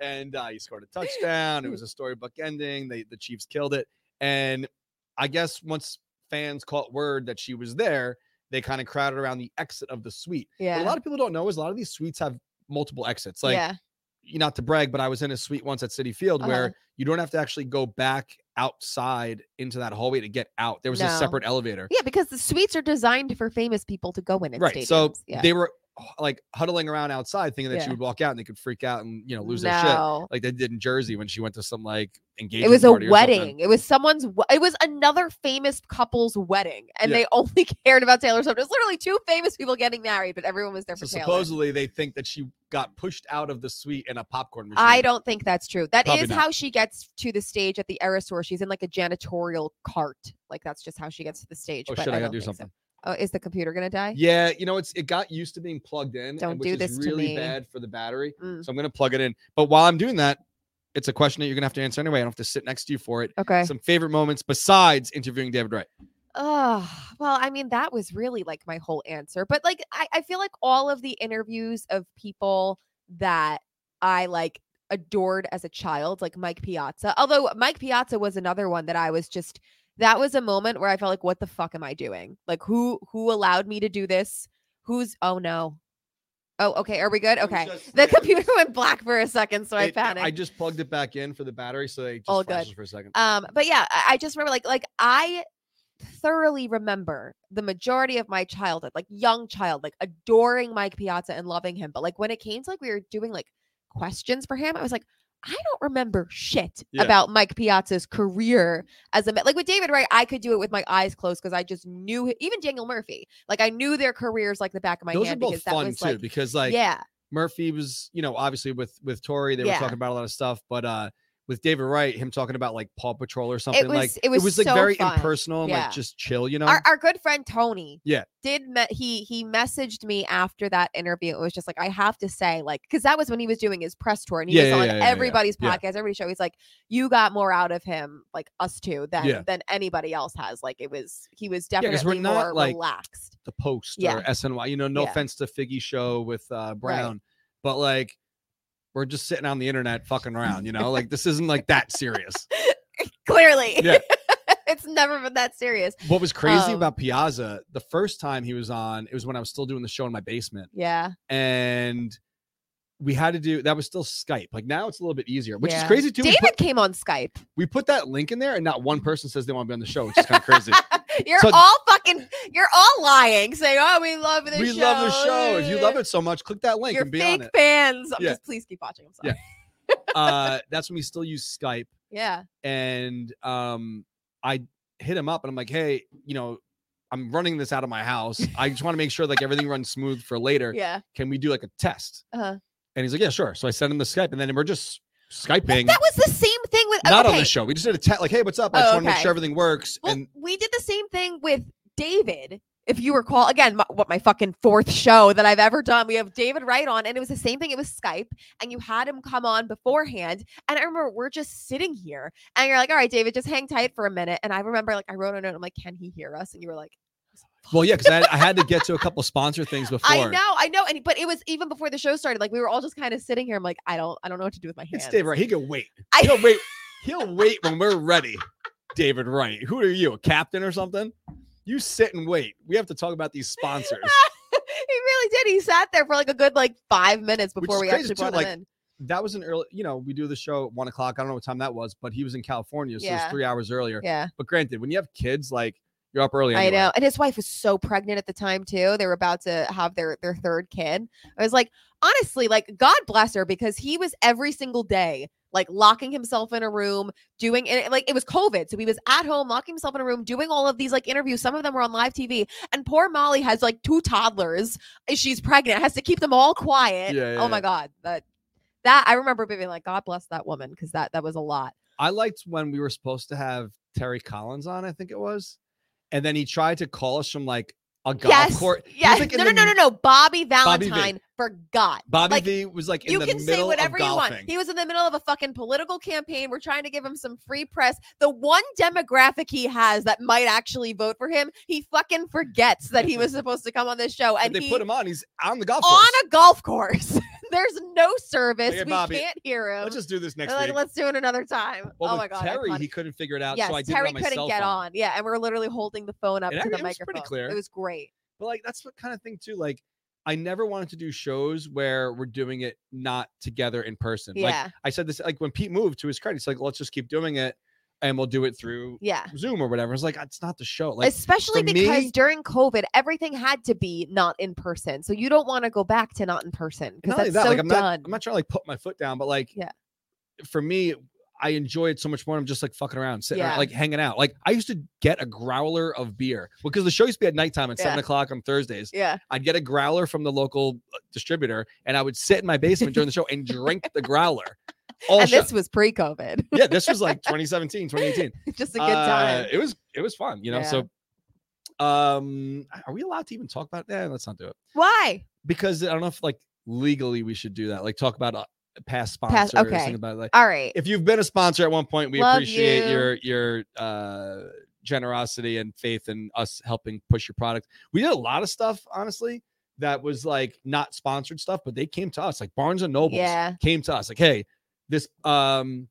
Speaker 1: And uh, he scored a touchdown. It was a storybook ending. They, the Chiefs killed it. And I guess once fans caught word that she was there, they kind of crowded around the exit of the suite. What
Speaker 2: yeah.
Speaker 1: a lot of people don't know is a lot of these suites have multiple exits. Like
Speaker 2: yeah.
Speaker 1: you not to brag, but I was in a suite once at City Field
Speaker 2: Uh-huh.
Speaker 1: where you don't have to actually go back outside into that hallway to get out. There was a
Speaker 2: No.
Speaker 1: separate elevator.
Speaker 2: Yeah, because the suites are designed for famous people to go in. At
Speaker 1: right.
Speaker 2: Stadiums.
Speaker 1: So
Speaker 2: yeah.
Speaker 1: they were h- like huddling around outside thinking that she
Speaker 2: Yeah.
Speaker 1: would walk out and they could freak out and, you know, lose their shit.
Speaker 2: no.
Speaker 1: Like they did in Jersey when she went to some like engagement.
Speaker 2: It was a
Speaker 1: party or something.
Speaker 2: wedding. It was someone's. we- It was another famous couple's wedding, and
Speaker 1: Yeah.
Speaker 2: they only cared about Taylor Swift. It was literally two famous people getting married, but everyone was there
Speaker 1: So
Speaker 2: for Taylor.
Speaker 1: supposedly they think that she got pushed out of the suite in a popcorn machine.
Speaker 2: I don't think that's true. That is
Speaker 1: Probably not.
Speaker 2: how she gets to the stage at the Erosaur. She's in like a janitorial cart. Like that's just how she gets to the stage.
Speaker 1: Oh
Speaker 2: but
Speaker 1: shit! I, gotta
Speaker 2: don't
Speaker 1: do
Speaker 2: think so.
Speaker 1: something.
Speaker 2: Oh, is the computer gonna die?
Speaker 1: Yeah, you know it's it got used to being plugged in. and
Speaker 2: Don't
Speaker 1: which
Speaker 2: do
Speaker 1: is
Speaker 2: this to
Speaker 1: really
Speaker 2: me.
Speaker 1: bad for the battery.
Speaker 2: Mm.
Speaker 1: So I'm gonna plug it in. But while I'm doing that, it's a question that you're gonna have to answer anyway. I don't have to sit next to you for it.
Speaker 2: Okay.
Speaker 1: Some favorite moments besides interviewing David Wright.
Speaker 2: Oh, well, I mean, that was really like my whole answer. But like, I, I feel like all of the interviews of people that I like adored as a child, like Mike Piazza, although Mike Piazza was another one that I was just, that was a moment where I felt like, what the fuck am I doing? Like, who, who allowed me to do this? Who's, oh no. Oh, okay. Are we good? Okay. The computer went black for a second, so I
Speaker 1: It-
Speaker 2: panicked.
Speaker 1: I just plugged it back in for the battery, so they just
Speaker 2: All
Speaker 1: flashes
Speaker 2: good.
Speaker 1: for a second.
Speaker 2: Um, but yeah, I, I just remember like like I thoroughly remember the majority of my childhood, like young child, like adoring Mike Piazza and loving him. But like when it came to like we were doing like questions for him, I was like, I don't remember shit
Speaker 1: Yeah.
Speaker 2: about Mike Piazza's career as a ma- like with David Wright, I could do it with my eyes closed because I just knew even Daniel Murphy, like I knew their careers like the back of Oh my
Speaker 1: Those are
Speaker 2: hand
Speaker 1: both
Speaker 2: because that
Speaker 1: fun
Speaker 2: was
Speaker 1: too,
Speaker 2: like,
Speaker 1: because like
Speaker 2: yeah,
Speaker 1: Murphy was, you know, obviously with with Tori, they were
Speaker 2: Yeah.
Speaker 1: talking about a lot of stuff, but uh with David Wright, him talking about like Paw Patrol or something like
Speaker 2: was- it was
Speaker 1: like
Speaker 2: so
Speaker 1: very
Speaker 2: fun.
Speaker 1: impersonal and
Speaker 2: Yeah.
Speaker 1: like just chill, you know.
Speaker 2: our, our good friend Tony.
Speaker 1: Um Yeah.
Speaker 2: Did me- he he messaged me after that interview? It was just like I have to say, like, because that was when he was doing his press tour and he
Speaker 1: Yeah,
Speaker 2: was
Speaker 1: yeah,
Speaker 2: on
Speaker 1: yeah, yeah, yeah,
Speaker 2: everybody's
Speaker 1: yeah.
Speaker 2: podcast, everybody's show. He's like, you got more out of him, like us two, than
Speaker 1: Yeah.
Speaker 2: than anybody else has. Like it was, he was
Speaker 1: 'cause we're
Speaker 2: definitely
Speaker 1: not,
Speaker 2: more
Speaker 1: like,
Speaker 2: relaxed.
Speaker 1: the post
Speaker 2: Yeah.
Speaker 1: or SNY. You know, no
Speaker 2: Yeah.
Speaker 1: offense to Figgy Show with uh, Brown, but like we're just sitting on the internet fucking around. You know, like this isn't like that serious.
Speaker 2: Clearly,
Speaker 1: Yeah.
Speaker 2: it's never been that serious.
Speaker 1: What was crazy
Speaker 2: Um,
Speaker 1: about Piazza the first time he was on, it was when I was still doing the show in my basement,
Speaker 2: Yeah,
Speaker 1: and we had to do that was still Skype. Like now it's a little bit easier, which is
Speaker 2: Yeah.
Speaker 1: crazy too. We
Speaker 2: David
Speaker 1: put,
Speaker 2: came on Skype.
Speaker 1: we put that link in there, and not one person says they want to be on the show, which is kind of crazy.
Speaker 2: you're
Speaker 1: So-
Speaker 2: all fucking, you're all lying, saying, "Oh, we love the show."
Speaker 1: we love the show. If you love it so much, click that link
Speaker 2: You're
Speaker 1: and be
Speaker 2: fake
Speaker 1: on it.
Speaker 2: fans. I'm
Speaker 1: Yeah.
Speaker 2: just please keep watching. I'm sorry.
Speaker 1: Yeah. Uh, that's when we still use Skype.
Speaker 2: Yeah.
Speaker 1: and um I hit him up and I'm like, hey, you know, I'm running this out of my house. I just want to make sure like everything runs smooth for later.
Speaker 2: Yeah.
Speaker 1: Can we do like a test?
Speaker 2: Uh-huh.
Speaker 1: And he's like, yeah, sure. So I sent him the Skype, and then we're just
Speaker 2: But
Speaker 1: skyping,
Speaker 2: that was the same thing with
Speaker 1: not on
Speaker 2: okay,
Speaker 1: the show. We just did a test, like, hey, what's up? I just
Speaker 2: Oh,
Speaker 1: want to make
Speaker 2: okay.
Speaker 1: sure everything works.
Speaker 2: well,
Speaker 1: and
Speaker 2: we did the same thing with David. If you recall, again, my, what my fucking fourth show that I've ever done, we have David Wright on, and it was the same thing. It was Skype, and you had him come on beforehand. And I remember we're just sitting here, and you're like, "All right, David, just hang tight for a minute." And I remember, like, I wrote a note. I'm like, "Can he hear us?" And you were like,
Speaker 1: well, yeah, because I, I had to get to a couple sponsor things before.
Speaker 2: "I know, I know." And but it was even before the show started. Like we were all just kind of sitting here. I'm like, "I don't, I don't know what to do with my hands."
Speaker 1: It's David Wright. He can wait.
Speaker 2: I-
Speaker 1: He'll wait. He'll wait when we're ready. David Wright. Who are you? A captain or something? You sit and wait. We have to talk about these sponsors.
Speaker 2: he really did. He sat there for like a good like five minutes
Speaker 1: Which
Speaker 2: before
Speaker 1: is
Speaker 2: we
Speaker 1: crazy
Speaker 2: actually
Speaker 1: too,
Speaker 2: brought
Speaker 1: like,
Speaker 2: him in.
Speaker 1: that was an early, you know, we do the show at one o'clock. I don't know what time that was, but he was in California, so it
Speaker 2: Yeah.
Speaker 1: was three hours earlier.
Speaker 2: Yeah,
Speaker 1: But granted, when you have kids, like you're up early.
Speaker 2: I
Speaker 1: anyway.
Speaker 2: know. And his wife was so pregnant at the time too. They were about to have their their third kid. I was like, honestly, like God bless her because he was every single day like locking himself in a room doing and it- like it was covid so he was at home locking himself in a room doing all of these like interviews some of them were on live tv and poor molly has like two toddlers she's pregnant has to keep them all quiet
Speaker 1: Yeah, yeah,
Speaker 2: oh my
Speaker 1: yeah.
Speaker 2: god that that i remember being like god bless that woman because that that was a lot
Speaker 1: I liked when we were supposed to have Terry Collins on, I think it was. And then he tried to call us from like a golf
Speaker 2: yes
Speaker 1: course. He was,
Speaker 2: yes
Speaker 1: like, in
Speaker 2: no no
Speaker 1: the
Speaker 2: no no
Speaker 1: m-
Speaker 2: no bobby
Speaker 1: Bobby V.
Speaker 2: valentine forgot
Speaker 1: Bobby
Speaker 2: Like,
Speaker 1: V was like in
Speaker 2: you
Speaker 1: the
Speaker 2: can
Speaker 1: middle
Speaker 2: say whatever
Speaker 1: of
Speaker 2: you
Speaker 1: golfing.
Speaker 2: want. He was in the middle of a fucking political campaign. We're trying to give him some free press. The one demographic he has that might actually vote for him, he fucking forgets that he was supposed to come on this show,
Speaker 1: and
Speaker 2: and
Speaker 1: they
Speaker 2: he
Speaker 1: put him on. He's on the golf
Speaker 2: on
Speaker 1: course.
Speaker 2: a golf course. There's no service.
Speaker 1: Hey,
Speaker 2: we
Speaker 1: Bobby,
Speaker 2: can't hear him.
Speaker 1: Let's just do this next
Speaker 2: They're Um, like,
Speaker 1: week.
Speaker 2: let's do it another time.
Speaker 1: well,
Speaker 2: oh
Speaker 1: with
Speaker 2: my god,
Speaker 1: Terry,
Speaker 2: iconic.
Speaker 1: he couldn't figure it out.
Speaker 2: yes,
Speaker 1: so I did
Speaker 2: Terry
Speaker 1: it on my
Speaker 2: couldn't
Speaker 1: cell
Speaker 2: get
Speaker 1: phone.
Speaker 2: on. Yeah, and we're literally holding the phone up
Speaker 1: It
Speaker 2: to
Speaker 1: actually-
Speaker 2: the
Speaker 1: it was pretty
Speaker 2: microphone.
Speaker 1: clear.
Speaker 2: It was great.
Speaker 1: But like that's the kind of thing too. Like I never wanted to do shows where we're doing it not together in person. Like
Speaker 2: Yeah,
Speaker 1: I said this like when Pete moved to his credit, he's like, let's just keep doing it and we'll do it through
Speaker 2: yeah.
Speaker 1: Zoom or whatever. It's like it's not the show. Like
Speaker 2: especially
Speaker 1: for
Speaker 2: because
Speaker 1: me-
Speaker 2: during COVID, everything had to be not in person. So you don't want to go back to not in person
Speaker 1: And
Speaker 2: because
Speaker 1: not only
Speaker 2: that's
Speaker 1: that,
Speaker 2: so
Speaker 1: like I'm
Speaker 2: done.
Speaker 1: not, I'm not trying to like put my foot down, but like,
Speaker 2: Yeah.
Speaker 1: for me, I enjoy it so much more. I'm just like fucking around, sitting around,
Speaker 2: Yeah.
Speaker 1: like hanging out. Like I used to get a growler of beer because the show used to be at nighttime at seven
Speaker 2: Yeah.
Speaker 1: o'clock on Thursdays.
Speaker 2: yeah,
Speaker 1: I'd get a growler from the local uh, distributor, and I would sit in my basement during the show and drink the growler. All
Speaker 2: and
Speaker 1: show.
Speaker 2: this was pre-COVID,
Speaker 1: yeah, this was like 2017, 2018.
Speaker 2: just a good
Speaker 1: Uh,
Speaker 2: time.
Speaker 1: it was it was fun, you know.
Speaker 2: Yeah.
Speaker 1: So, um, are we allowed to even talk about that? let's not do it
Speaker 2: Why?
Speaker 1: because I don't know if like legally we should do that. Like talk about uh, past
Speaker 2: Past-
Speaker 1: sponsors. Past,
Speaker 2: okay.
Speaker 1: About like
Speaker 2: All right,
Speaker 1: if you've been a sponsor at one point, we
Speaker 2: Love
Speaker 1: appreciate
Speaker 2: you.
Speaker 1: your your uh, generosity and faith in us helping push your product. We did a lot of stuff, honestly, that was like not sponsored stuff, but they came to us. Like Barnes and Noble
Speaker 2: yeah,
Speaker 1: came to us. Like, hey, this um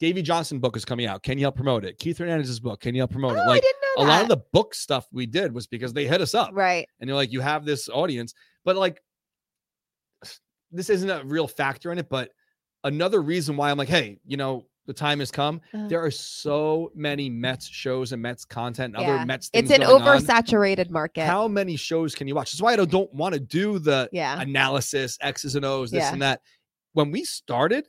Speaker 1: Davy Johnson book is coming out. Can you help promote it? Keith Hernandez's book. Can you help promote
Speaker 2: oh,
Speaker 1: it?
Speaker 2: I
Speaker 1: Like
Speaker 2: didn't
Speaker 1: a
Speaker 2: know that.
Speaker 1: lot of the book stuff we did was because they hit us up
Speaker 2: right,
Speaker 1: and you're like you have this audience but like this isn't a real factor in it but another reason why i'm like hey you know the time has come
Speaker 2: Uh-huh.
Speaker 1: there are so many mets shows and mets content and
Speaker 2: Yeah.
Speaker 1: other mets things
Speaker 2: it's an
Speaker 1: going on.
Speaker 2: oversaturated market.
Speaker 1: how many shows can you watch that's why i don't, don't want to do the
Speaker 2: yeah,
Speaker 1: analysis x's and o's this
Speaker 2: Yeah.
Speaker 1: and that when we started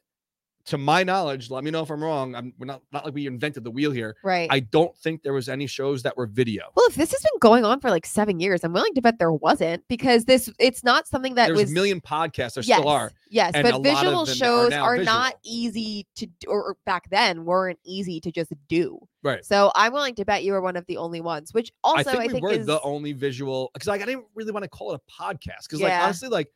Speaker 1: to my knowledge let me know if i'm wrong i'm we're not not like we invented the wheel here
Speaker 2: right.
Speaker 1: i don't think there was any shows that were video
Speaker 2: well, if this has been going on for like seven years, I'm willing to bet there wasn't because this it's not something that
Speaker 1: there was
Speaker 2: was
Speaker 1: a million podcasts there
Speaker 2: yes,
Speaker 1: still are
Speaker 2: Yes,
Speaker 1: and a
Speaker 2: but
Speaker 1: lot of
Speaker 2: visual
Speaker 1: them are
Speaker 2: shows
Speaker 1: now
Speaker 2: are, not easy to d- or or back then weren't easy to just do.
Speaker 1: Right.
Speaker 2: So I'm willing to bet you were one of the only ones, which also I think,
Speaker 1: I think we were
Speaker 2: is
Speaker 1: the only visual because like I didn't really want to call it a podcast because like
Speaker 2: Yeah.
Speaker 1: honestly like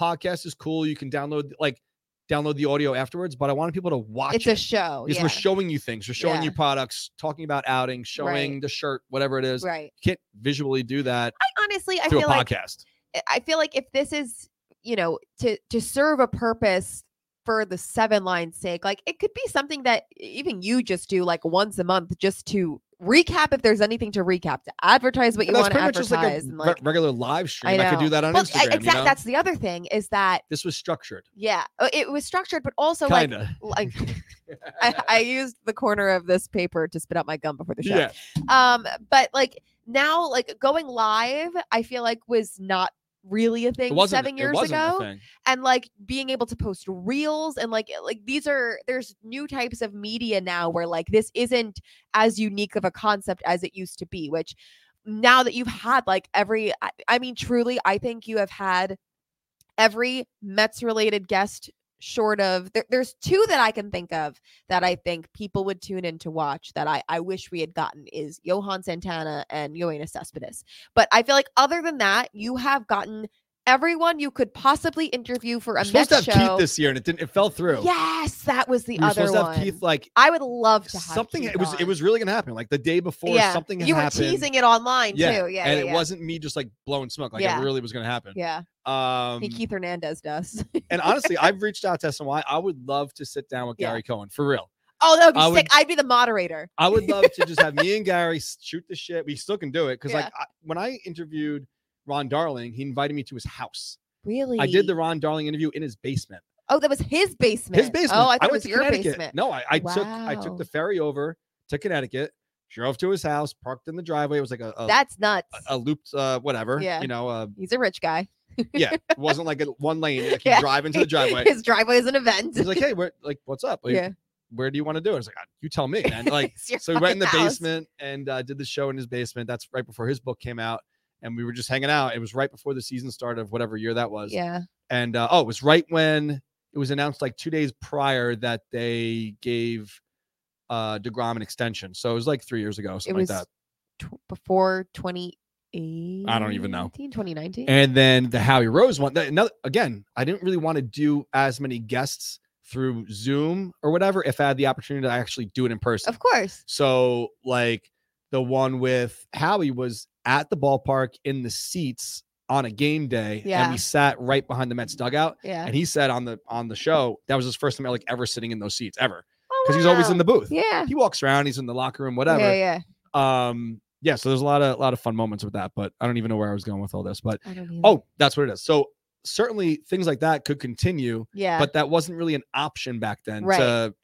Speaker 1: podcast is cool you can download like download the audio afterwards but I wanted people to watch
Speaker 2: it's
Speaker 1: it
Speaker 2: a show.
Speaker 1: because
Speaker 2: yeah.
Speaker 1: we're showing you things we're showing
Speaker 2: Yeah.
Speaker 1: you products talking about outings showing the shirt whatever it is
Speaker 2: right.
Speaker 1: you can't visually do that
Speaker 2: I honestly I
Speaker 1: through a
Speaker 2: feel like
Speaker 1: podcast
Speaker 2: I feel like if this is, you know, to to serve a purpose for the seven line's sake, like it could be something that e, even you just do like once a month just to recap if there's anything to recap, to advertise what you
Speaker 1: And that's
Speaker 2: want to
Speaker 1: pretty much
Speaker 2: advertise
Speaker 1: just like a
Speaker 2: and
Speaker 1: re-
Speaker 2: like
Speaker 1: regular live stream I, could do
Speaker 2: know.
Speaker 1: that on
Speaker 2: well,
Speaker 1: Instagram you
Speaker 2: Exactly.
Speaker 1: know?
Speaker 2: That's the other thing is that
Speaker 1: this was structured
Speaker 2: yeah, uh, it was structured, but also
Speaker 1: kinda
Speaker 2: like like I, I used the corner of this paper to spit out my gum before the show.
Speaker 1: yeah
Speaker 2: Um, but like now, like going live, I feel like was not really a
Speaker 1: it
Speaker 2: thing
Speaker 1: wasn't
Speaker 2: seven
Speaker 1: it
Speaker 2: years
Speaker 1: wasn't a
Speaker 2: ago
Speaker 1: thing.
Speaker 2: and like being able to post reels and like like these are there's new types of media now where like this isn't as unique of a concept as it used to be which now that you've had like every I, I mean truly I think you have had every Mets related guest short of there, there's two that I can think of that I think people would tune in to watch that I I wish we had gotten is Johan Santana and Yoenis Cespedes but I feel like other than that you have gotten everyone you could possibly interview for
Speaker 1: We're
Speaker 2: a
Speaker 1: supposed
Speaker 2: Mets
Speaker 1: to have
Speaker 2: show
Speaker 1: Keith this year and it didn't it fell through
Speaker 2: yes that was the
Speaker 1: we were
Speaker 2: other
Speaker 1: supposed to have
Speaker 2: one
Speaker 1: Keith like
Speaker 2: I would love to have
Speaker 1: something
Speaker 2: Keith
Speaker 1: it was it
Speaker 2: on.
Speaker 1: was really gonna happen like the day before
Speaker 2: yeah.
Speaker 1: something
Speaker 2: you
Speaker 1: happened
Speaker 2: were teasing it online
Speaker 1: Yeah,
Speaker 2: too yeah
Speaker 1: and
Speaker 2: yeah,
Speaker 1: it
Speaker 2: yeah.
Speaker 1: wasn't me just like blowing smoke like
Speaker 2: Yeah.
Speaker 1: it really was gonna happen
Speaker 2: yeah
Speaker 1: um
Speaker 2: He Keith Hernandez does.
Speaker 1: and honestly i've reached out to sny i would love to sit down with
Speaker 2: Yeah.
Speaker 1: gary cohen for real
Speaker 2: oh, that would be
Speaker 1: I
Speaker 2: sick.
Speaker 1: would-
Speaker 2: I'd be the moderator.
Speaker 1: i would love to just have me and gary s- shoot the shit we still can do it because like I, when i interviewed ron darling he invited me to his house
Speaker 2: Really?
Speaker 1: i did the ron darling interview in his basement
Speaker 2: Oh, that was his basement.
Speaker 1: His basement.
Speaker 2: Oh, I thought it
Speaker 1: went
Speaker 2: was
Speaker 1: to
Speaker 2: your
Speaker 1: Connecticut.
Speaker 2: basement.
Speaker 1: No, I, I took I took
Speaker 2: Wow.
Speaker 1: the ferry over to Connecticut, drove to his house, parked in the driveway. It was like a a,
Speaker 2: That's nuts.
Speaker 1: a looped uh, whatever.
Speaker 2: Yeah.
Speaker 1: You know, uh,
Speaker 2: He's a rich guy.
Speaker 1: yeah. It wasn't like a one lane. Like you
Speaker 2: Yeah.
Speaker 1: drive into the driveway.
Speaker 2: His driveway is an event.
Speaker 1: He's like, hey, where, like, what's up? Like,
Speaker 2: Yeah.
Speaker 1: Where do you want to do it? I was like, "Ah, you tell me, man. Like,
Speaker 2: It's your
Speaker 1: so we went in the
Speaker 2: fucking house.
Speaker 1: basement and uh, did the show in his basement. That's right before his book came out, and we were just hanging out. It was right before the season started of whatever year that was.
Speaker 2: Yeah.
Speaker 1: And uh, oh, it was right when it was announced like two days prior that they gave uh Degrom an extension. So it was like three years ago,
Speaker 2: It
Speaker 1: something
Speaker 2: was
Speaker 1: like that.
Speaker 2: tw- before 2018.
Speaker 1: I don't even know.
Speaker 2: 2019.
Speaker 1: And then the Howie Rose one. That, another, again, I didn't really want to do as many guests through Zoom or whatever if I had the opportunity to actually do it in person.
Speaker 2: of course.
Speaker 1: So like the one with Howie was at the ballpark in the seats on a game day, and
Speaker 2: Yeah.
Speaker 1: we sat right behind the Mets dugout.
Speaker 2: Yeah.
Speaker 1: And he said on the on the show that was his first time like ever sitting in those seats ever because he's always in the booth.
Speaker 2: Oh, Yeah.
Speaker 1: He walks around, he's in the locker room, whatever.
Speaker 2: Yeah. Yeah.
Speaker 1: Um, yeah. So there's a lot of a lot of fun moments with that, but I don't even know where I was going with all this. But
Speaker 2: I don't even.
Speaker 1: oh, that's what it is. So certainly things like that could continue,
Speaker 2: yeah.
Speaker 1: but that wasn't really an option back then.
Speaker 2: Right.
Speaker 1: To,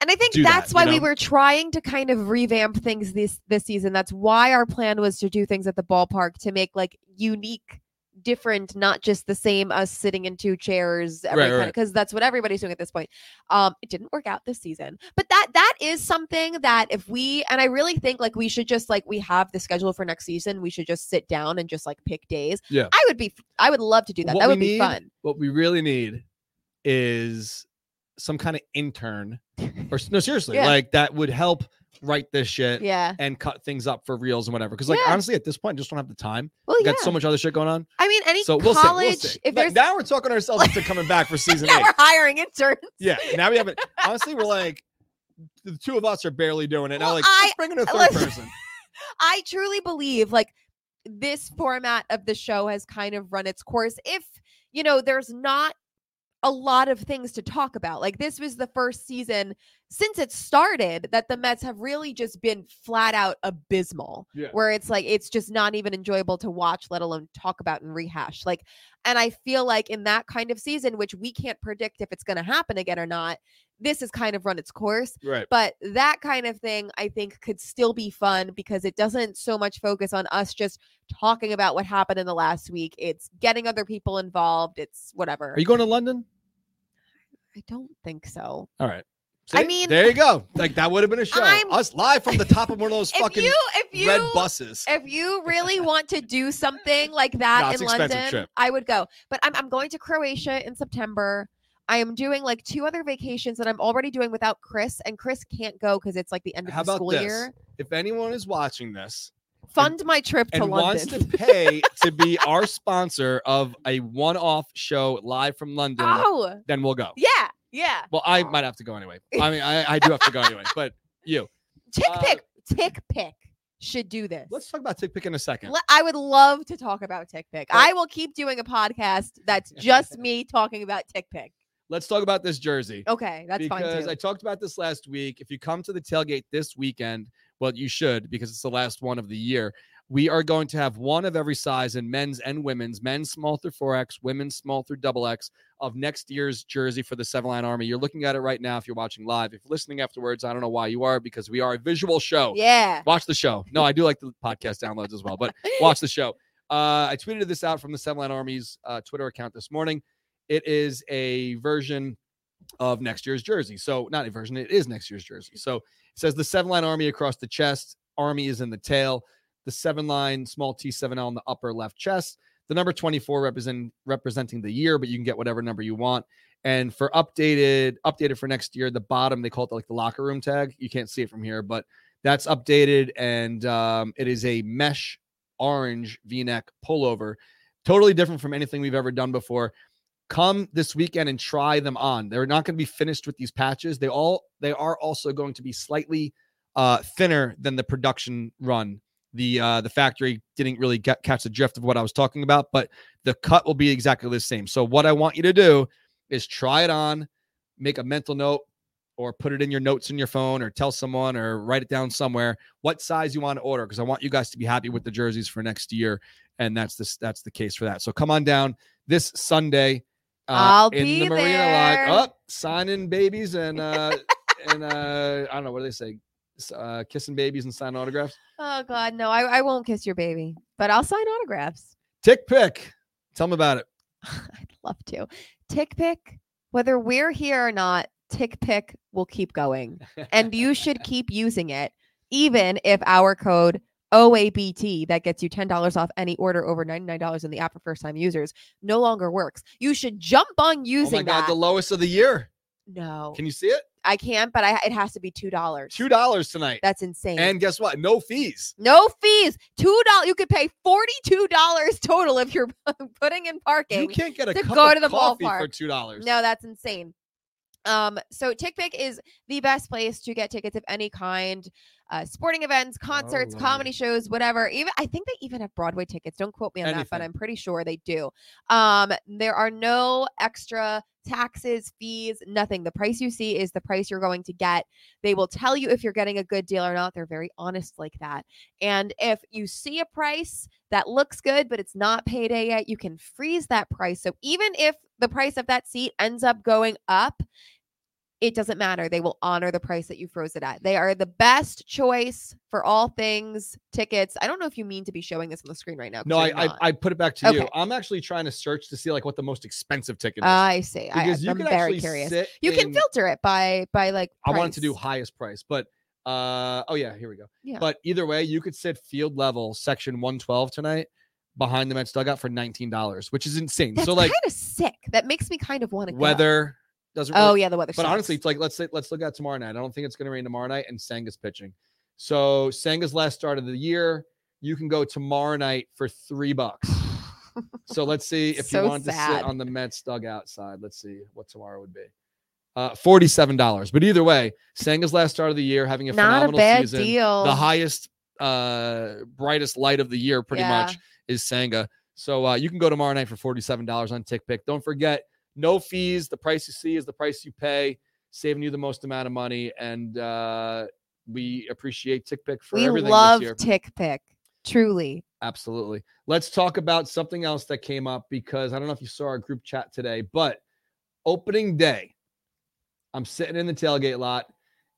Speaker 2: And I think
Speaker 1: do that,
Speaker 2: that's
Speaker 1: you
Speaker 2: why we
Speaker 1: know?
Speaker 2: were trying to kind of revamp things this this season. That's why our plan was to do things at the ballpark to make like unique, different, not just the same us sitting in two chairs every
Speaker 1: Right,
Speaker 2: kind
Speaker 1: right.
Speaker 2: because that's what everybody's doing at this point. Um, it didn't work out this season, but that that is something that if we and I really think like we should just like we have the schedule for next season, we should just sit down and just like pick days.
Speaker 1: Yeah.
Speaker 2: I would be I would love to do that.
Speaker 1: What
Speaker 2: that
Speaker 1: we
Speaker 2: would be
Speaker 1: need-
Speaker 2: fun.
Speaker 1: what we really need is some kind of intern or s- no seriously
Speaker 2: Yeah.
Speaker 1: like that would help write this shit
Speaker 2: Yeah.
Speaker 1: and cut things up for reels and whatever because like
Speaker 2: Yeah.
Speaker 1: honestly at this point I just don't have the time
Speaker 2: Well,
Speaker 1: We
Speaker 2: yeah.
Speaker 1: got so much other shit going on
Speaker 2: I mean, any
Speaker 1: so we'll see, we'll
Speaker 2: college.
Speaker 1: see.
Speaker 2: If
Speaker 1: But
Speaker 2: there's
Speaker 1: now we're talking ourselves into coming back for season
Speaker 2: yeah,
Speaker 1: eight
Speaker 2: we're hiring interns.
Speaker 1: yeah now we haven't honestly we're like the two of us are barely doing it now
Speaker 2: Well,
Speaker 1: like
Speaker 2: I-
Speaker 1: let's bring in a third
Speaker 2: listen.
Speaker 1: person
Speaker 2: I truly believe like this format of the show has kind of run its course. If, you know, there's not a lot of things to talk about. Like this was the first season since it started that the Mets have really just been flat out abysmal.
Speaker 1: Yeah.
Speaker 2: Where it's like it's just not even enjoyable to watch, let alone talk about and rehash. Like and I feel like in that kind of season which we can't predict if it's going to happen again or not, this has kind of run its course.
Speaker 1: right
Speaker 2: But that kind of thing, I think, could still be fun because it doesn't so much focus on us just talking about what happened in the last week. It's getting other people involved. It's whatever.
Speaker 1: are you going to London
Speaker 2: I don't think so.
Speaker 1: all right
Speaker 2: I
Speaker 1: See?
Speaker 2: mean-
Speaker 1: there you go like that would have been a show
Speaker 2: I'm-
Speaker 1: us live from the top of one of those
Speaker 2: If
Speaker 1: fucking
Speaker 2: you, if you,
Speaker 1: red buses
Speaker 2: if you really want to do something like that
Speaker 1: No, it's
Speaker 2: in
Speaker 1: expensive
Speaker 2: London,
Speaker 1: trip.
Speaker 2: I would go. But I'm, I'm going to Croatia in September. I am doing like two other vacations that I'm already doing without Chris, and Chris can't go because it's like the end of
Speaker 1: How
Speaker 2: the
Speaker 1: about
Speaker 2: school
Speaker 1: this?
Speaker 2: year.
Speaker 1: if anyone is watching this
Speaker 2: Fund my trip to
Speaker 1: and wants
Speaker 2: London.
Speaker 1: to pay to be our sponsor of a one-off show live from London,
Speaker 2: oh,
Speaker 1: then we'll go.
Speaker 2: yeah, yeah.
Speaker 1: Well, I might have to go anyway. I mean, I, I do have to go anyway. But you,
Speaker 2: Tick
Speaker 1: Uh,
Speaker 2: pick, tick pick should do this.
Speaker 1: let's talk about Tick Pick in a second.
Speaker 2: Le- I would love to talk about tick pick.
Speaker 1: Right.
Speaker 2: I will keep doing a podcast that's just me talking about tick pick.
Speaker 1: Let's talk about this jersey.
Speaker 2: Okay, that's
Speaker 1: because
Speaker 2: fine too.
Speaker 1: I talked about this last week. If you come to the tailgate this weekend, well, you should because it's the last one of the year. We are going to have one of every size in men's and women's, men's small through 4X, women's small through double X of next year's jersey for the Seven Line Army. You're looking at it right now if you're watching live. If you're listening afterwards, I don't know why you are because we are a visual show.
Speaker 2: yeah.
Speaker 1: Watch the show. No, I do like the podcast downloads as well, but watch the show. Uh, I tweeted this out from the Seven Line Army's uh, Twitter account this morning. It is a version of next year's jersey. So, not a version, it is next year's jersey. So, it says the Seven Line Army across the chest, Army is in the tail, the Seven Line small T7L in the upper left chest, the number 24 represent, representing the year, but you can get whatever number you want. And for updated, updated for next year, the bottom, they call it like the locker room tag. You can't see it from here, but that's updated and um, it is a mesh orange v-neck pullover totally different from anything we've ever done before come this weekend and try them on they're not going to be finished with these patches they all they are also going to be slightly uh thinner than the production run the uh the factory didn't really get, catch the drift of what i was talking about but the cut will be exactly the same so what i want you to do is try it on make a mental note or put it in your notes in your phone or tell someone or write it down somewhere what size you want to order because I want you guys to be happy with the jerseys for next year and that's this that's the case for that. So come on down this Sunday uh,
Speaker 2: I'll
Speaker 1: in
Speaker 2: be
Speaker 1: the marina
Speaker 2: there.
Speaker 1: log. Up, signing babies and uh and uh I don't know what do they say, S- uh, kissing babies and signing autographs.
Speaker 2: Oh God, no, I, I won't kiss your baby, but I'll sign autographs.
Speaker 1: Tick pick. Tell them about it.
Speaker 2: I'd love to. Tick pick, whether we're here or not, tick pick will keep going. And you
Speaker 1: Oh
Speaker 2: should keep using it, even if our code OABT that gets you $10 off any order over $99 in the app for first time users no longer works. You should jump on
Speaker 1: oh
Speaker 2: using
Speaker 1: my god,
Speaker 2: that.
Speaker 1: the lowest of the year.
Speaker 2: no,
Speaker 1: Can you see it?
Speaker 2: I can't, but I, it has to be $2.
Speaker 1: Two dollars tonight.
Speaker 2: That's insane.
Speaker 1: and guess what? No fees.
Speaker 2: no fees. Two dollars. You could pay forty-two dollars total if you're putting in parking.
Speaker 1: You can't get a
Speaker 2: to
Speaker 1: cup
Speaker 2: go
Speaker 1: of
Speaker 2: to the
Speaker 1: coffee for
Speaker 2: ballpark.
Speaker 1: two dollars.
Speaker 2: No, that's insane. Um, so TickPick is the best place to get tickets of any kind, uh, sporting events, concerts,
Speaker 1: Oh, Lord.
Speaker 2: comedy shows, whatever. Even I think they even have Broadway tickets. Don't quote me on that, but
Speaker 1: Anything.
Speaker 2: I'm pretty sure they do. Um, there are no extra taxes, fees, nothing. The price you see is the price you're going to get. They will tell you if you're getting a good deal or not. They're very honest like that. And if you see a price that looks good, but it's not payday yet, you can freeze that price. So even if the price of that seat ends up going up, it doesn't matter. They will honor the price that you froze it at. They are the best choice for all things tickets. I don't know if you mean to be showing this on the screen right now. 'cause
Speaker 1: No,
Speaker 2: you're
Speaker 1: I, I
Speaker 2: not.
Speaker 1: I put it back to you.
Speaker 2: Okay.
Speaker 1: I'm actually trying to search to see like what the most expensive ticket is.
Speaker 2: I see. I,
Speaker 1: because you
Speaker 2: I'm
Speaker 1: can
Speaker 2: very
Speaker 1: actually
Speaker 2: curious.
Speaker 1: sit
Speaker 2: you can
Speaker 1: in-
Speaker 2: filter it by by like.
Speaker 1: I wanted to do
Speaker 2: price.
Speaker 1: highest price, but uh oh yeah, here we go.
Speaker 2: Yeah.
Speaker 1: But either way, you could sit field level section 112 tonight behind the Mets dugout for $19, which is insane.
Speaker 2: That's
Speaker 1: so like
Speaker 2: kind of sick. That makes me kind of want to
Speaker 1: weather doesn't really,
Speaker 2: Oh yeah, the weather.
Speaker 1: but
Speaker 2: sucks.
Speaker 1: honestly, it's like let's say let's look at tomorrow night. I don't think it's gonna rain tomorrow night, and Sanga's pitching. So Sanga's last start of the year. You can go tomorrow night for three bucks. So let's see if
Speaker 2: So
Speaker 1: you want to
Speaker 2: sad.
Speaker 1: sit on the Mets dugout side. Let's see what tomorrow would be. Uh, forty-seven dollars. But either way, Sanga's last start of the year, having
Speaker 2: not
Speaker 1: a
Speaker 2: a
Speaker 1: phenomenal
Speaker 2: bad
Speaker 1: season.
Speaker 2: deal.
Speaker 1: The highest, uh, brightest light of the year, pretty
Speaker 2: Yeah.
Speaker 1: much, is Sanga. So uh, you can go tomorrow night for forty-seven dollars on TickPick. Don't forget, no fees. The price you see is the price you pay, saving you the most amount of money. And uh, we appreciate TickPick for
Speaker 2: we
Speaker 1: everything
Speaker 2: love
Speaker 1: this year.
Speaker 2: tick pick. Truly,
Speaker 1: Absolutely. Let's talk about something else that came up because I don't know if you saw our group chat today, but opening day, I'm sitting in the tailgate lot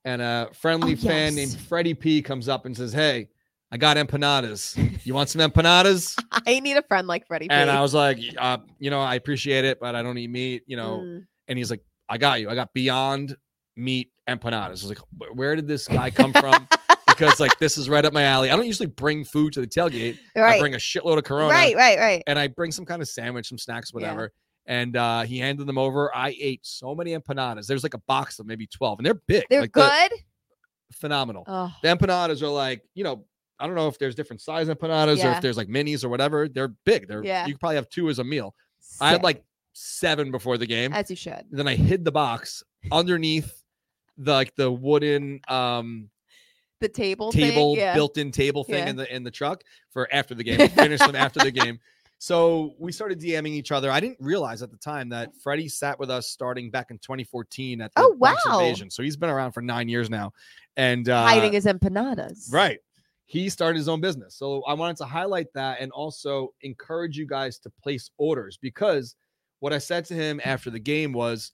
Speaker 1: and a friendly
Speaker 2: Oh,
Speaker 1: fan named
Speaker 2: yes.
Speaker 1: Freddie P comes up and says, Hey, I got empanadas. You want some empanadas?
Speaker 2: I need a friend like Freddie.
Speaker 1: and
Speaker 2: Prinze.
Speaker 1: I was like, uh, You know, I appreciate it, but I don't eat meat, you know.
Speaker 2: Mm.
Speaker 1: And he's like, I got you. I got Beyond Meat empanadas. I was like, "Wh- Where did this guy come from? because like this is right up my alley. I don't usually bring food to the tailgate. I
Speaker 2: right,
Speaker 1: bring a shitload of Corona
Speaker 2: right, right, right.
Speaker 1: and I bring some kind of sandwich, some snacks,
Speaker 2: Yeah.
Speaker 1: whatever. And uh, he handed them over. I ate so many empanadas. There's like a box of maybe 12, and they're big.
Speaker 2: They're
Speaker 1: like They're
Speaker 2: good.
Speaker 1: phenomenal.
Speaker 2: Oh,
Speaker 1: the empanadas are like, you know, I don't know if there's different size empanadas or
Speaker 2: Yeah.
Speaker 1: if there's like minis or whatever. They're big. They're
Speaker 2: Yeah.
Speaker 1: you could probably have two as a meal. I had
Speaker 2: sick,
Speaker 1: like seven before the game.
Speaker 2: as you should.
Speaker 1: then I hid the box underneath the like the wooden um
Speaker 2: The table,
Speaker 1: table
Speaker 2: thing, yeah.
Speaker 1: built-in table thing
Speaker 2: Yeah.
Speaker 1: in the in the truck for after the game. We finished them after the game. So we started DMing each other. I didn't realize at the time that Freddie sat with us starting back in 2014 at the
Speaker 2: Oh,
Speaker 1: Bronx
Speaker 2: wow.
Speaker 1: Invasion. So he's been around for nine years now, and uh,
Speaker 2: hiding his empanadas.
Speaker 1: right. He started his own business. So I wanted to highlight that and also encourage you guys to place orders because what I said to him after the game was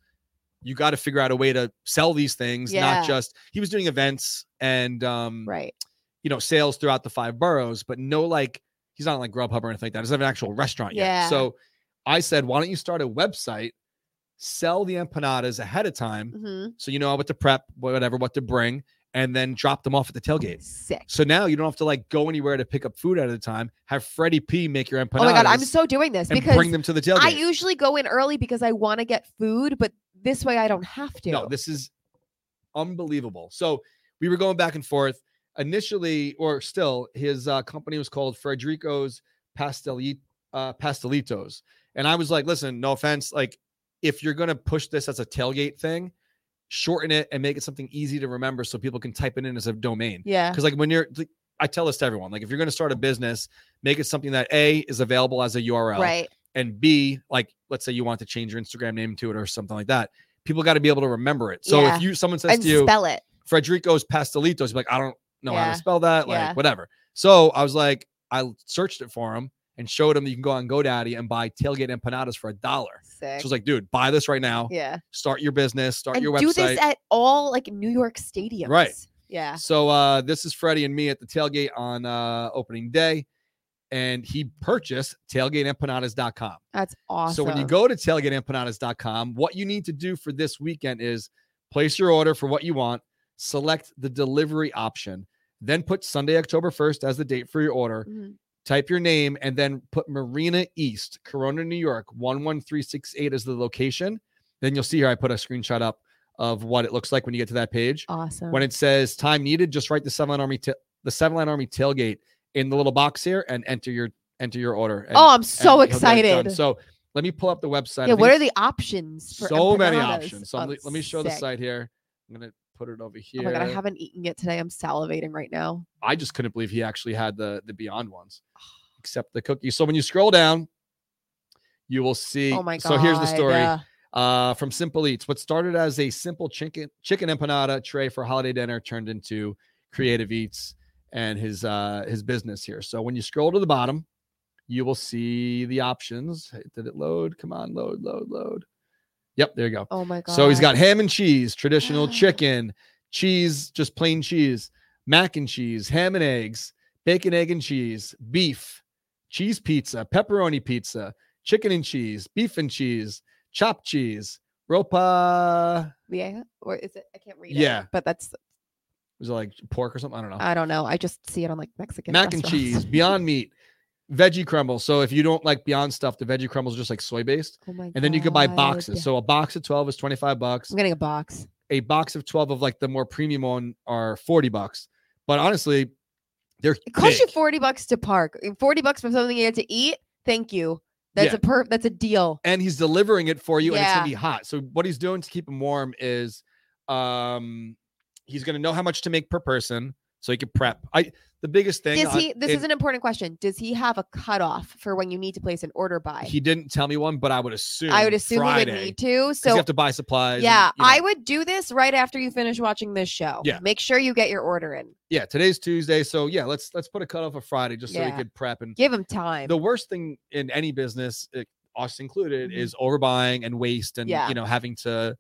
Speaker 1: you got to figure out a way to sell these things,
Speaker 2: Yeah.
Speaker 1: not just he was doing events and um
Speaker 2: right.
Speaker 1: you know, sales throughout the five boroughs, but no, like he's not like Grubhub or anything like that. He doesn't have an actual restaurant
Speaker 2: Yeah.
Speaker 1: yet. So I said, why don't you start a website, sell the empanadas ahead of time,
Speaker 2: hmm
Speaker 1: so you know what to prep, whatever, what to bring, and then drop them off at the tailgate.
Speaker 2: Sick.
Speaker 1: So now you don't have to like go anywhere to pick up food at a time. Have Freddie P make your empanadas.
Speaker 2: Oh my god, I'm so doing this
Speaker 1: and
Speaker 2: because
Speaker 1: bring them to the tailgate.
Speaker 2: I usually go in early because I want to get food, but this way I don't have to.
Speaker 1: No, this is unbelievable. So we were going back and forth. Initially, or still, his uh, company was called Frederico's Pasteli- uh, Pastelitos. And I was like, listen, no offense. Like, if you're going to push this as a tailgate thing, shorten it and make it something easy to remember so people can type it in as a domain.
Speaker 2: yeah.
Speaker 1: Because, like, when you're, like, I tell this to everyone, like, if you're going to start a business, make it something that A is available as a URL
Speaker 2: Right.
Speaker 1: and B, like let's say you want to change your Instagram name to it or something like that, people got to be able to remember it. So
Speaker 2: Yeah.
Speaker 1: if you someone says
Speaker 2: And
Speaker 1: to you,
Speaker 2: spell it.
Speaker 1: Frederico's Pastelitos, you're like, I don't know how
Speaker 2: Yeah.
Speaker 1: to spell that, like
Speaker 2: Yeah.
Speaker 1: whatever. So I was like, I searched it for him and showed him you can go on GoDaddy and buy tailgate empanadas for a dollar. So I
Speaker 2: Sick.
Speaker 1: was like, dude, buy this right now.
Speaker 2: yeah.
Speaker 1: Start your business. Start
Speaker 2: And
Speaker 1: your website.
Speaker 2: do this at all like New York stadiums. Yeah.
Speaker 1: So uh, this is Freddie and me at the tailgate on uh, opening day, and he purchased tailgateempanadas.com.
Speaker 2: That's awesome.
Speaker 1: So when you go to tailgateempanadas.com, what you need to do for this weekend is place your order for what you want, select the delivery option, then put Sunday, October 1st as the date for your order,
Speaker 2: Mhm.
Speaker 1: type your name, and then put Marina East, Corona, New York, 11368 as the location. Then you'll see here I put a screenshot up of what it looks like when you get to that page
Speaker 2: awesome.
Speaker 1: when it says time needed, just write the seven line army ta- the seven line army tailgate in the little box here and enter your enter your order. and-
Speaker 2: oh, I'm
Speaker 1: and
Speaker 2: so
Speaker 1: you'll get it done.
Speaker 2: excited.
Speaker 1: So let me pull up the website. I
Speaker 2: yeah, what
Speaker 1: think
Speaker 2: are the options? For
Speaker 1: so many
Speaker 2: empanadas?
Speaker 1: options? So I'm
Speaker 2: Oh,
Speaker 1: le- let me show the
Speaker 2: sick.
Speaker 1: site here. I'm gonna put it over here.
Speaker 2: Oh my god, I haven't eaten it today. I'm salivating right now.
Speaker 1: I just couldn't believe he actually had the the Beyond ones,
Speaker 2: Ah.
Speaker 1: except the cookie. So when you scroll down, you will see.
Speaker 2: Oh my god.
Speaker 1: So here's the story.
Speaker 2: uh,
Speaker 1: uh, from Simple Eats. What started as a simple chicken chicken empanada tray for holiday dinner turned into Creative Eats and his uh, his business here. So when you scroll to the bottom, you will see the options. Did it load? Come on, load, load, load. Yep, there you go.
Speaker 2: oh my god.
Speaker 1: So he's got ham and cheese, traditional chicken, cheese, just plain cheese, mac and cheese, ham and eggs, bacon, egg and cheese, beef, cheese pizza, pepperoni pizza, chicken and cheese, beef and cheese, chopped cheese, ropa.
Speaker 2: yeah, or is it? I can't read it.
Speaker 1: Yeah.
Speaker 2: but that's
Speaker 1: Was it like pork or something? I don't know.
Speaker 2: I don't know. I just see it on like Mexican
Speaker 1: mac and cheese,
Speaker 2: restaurants.
Speaker 1: Beyond Meat, veggie crumbles. So if you don't like Beyond stuff, the veggie crumbles are just like soy based.
Speaker 2: Oh my god.
Speaker 1: And then you can buy boxes. So a box of 12 is 25 bucks.
Speaker 2: I'm getting a box.
Speaker 1: a box of 12 of like the more premium one are 40 bucks. But honestly, they're
Speaker 2: It costs you
Speaker 1: big.
Speaker 2: forty bucks to park. uh, Forty bucks for something you had to eat. Thank you. That's
Speaker 1: Yeah.
Speaker 2: a per. That's a deal.
Speaker 1: and he's delivering it for you and it's
Speaker 2: Yeah.
Speaker 1: gonna be hot. So what he's doing to keep him warm is um he's gonna know how much to make per person so he can prep. I the biggest thing
Speaker 2: Does
Speaker 1: uh,
Speaker 2: he? This
Speaker 1: it-
Speaker 2: is an important question. Does he have a cutoff for when you need to place an order by?
Speaker 1: he didn't tell me one, but I would assume
Speaker 2: I would assume
Speaker 1: Friday,
Speaker 2: he would need to.
Speaker 1: 'cause you
Speaker 2: So
Speaker 1: have to buy supplies.
Speaker 2: yeah,
Speaker 1: and, you know,
Speaker 2: I would do this right after you finish watching this show.
Speaker 1: Yeah.
Speaker 2: Make sure you get your order in.
Speaker 1: yeah, today's Tuesday. So yeah, let's let's put a cutoff of Friday just so
Speaker 2: Yeah.
Speaker 1: we could prep and
Speaker 2: Give him time.
Speaker 1: the worst thing in any business, it, us included,
Speaker 2: Mhm.
Speaker 1: is overbuying and waste, and
Speaker 2: Yeah.
Speaker 1: you know having to,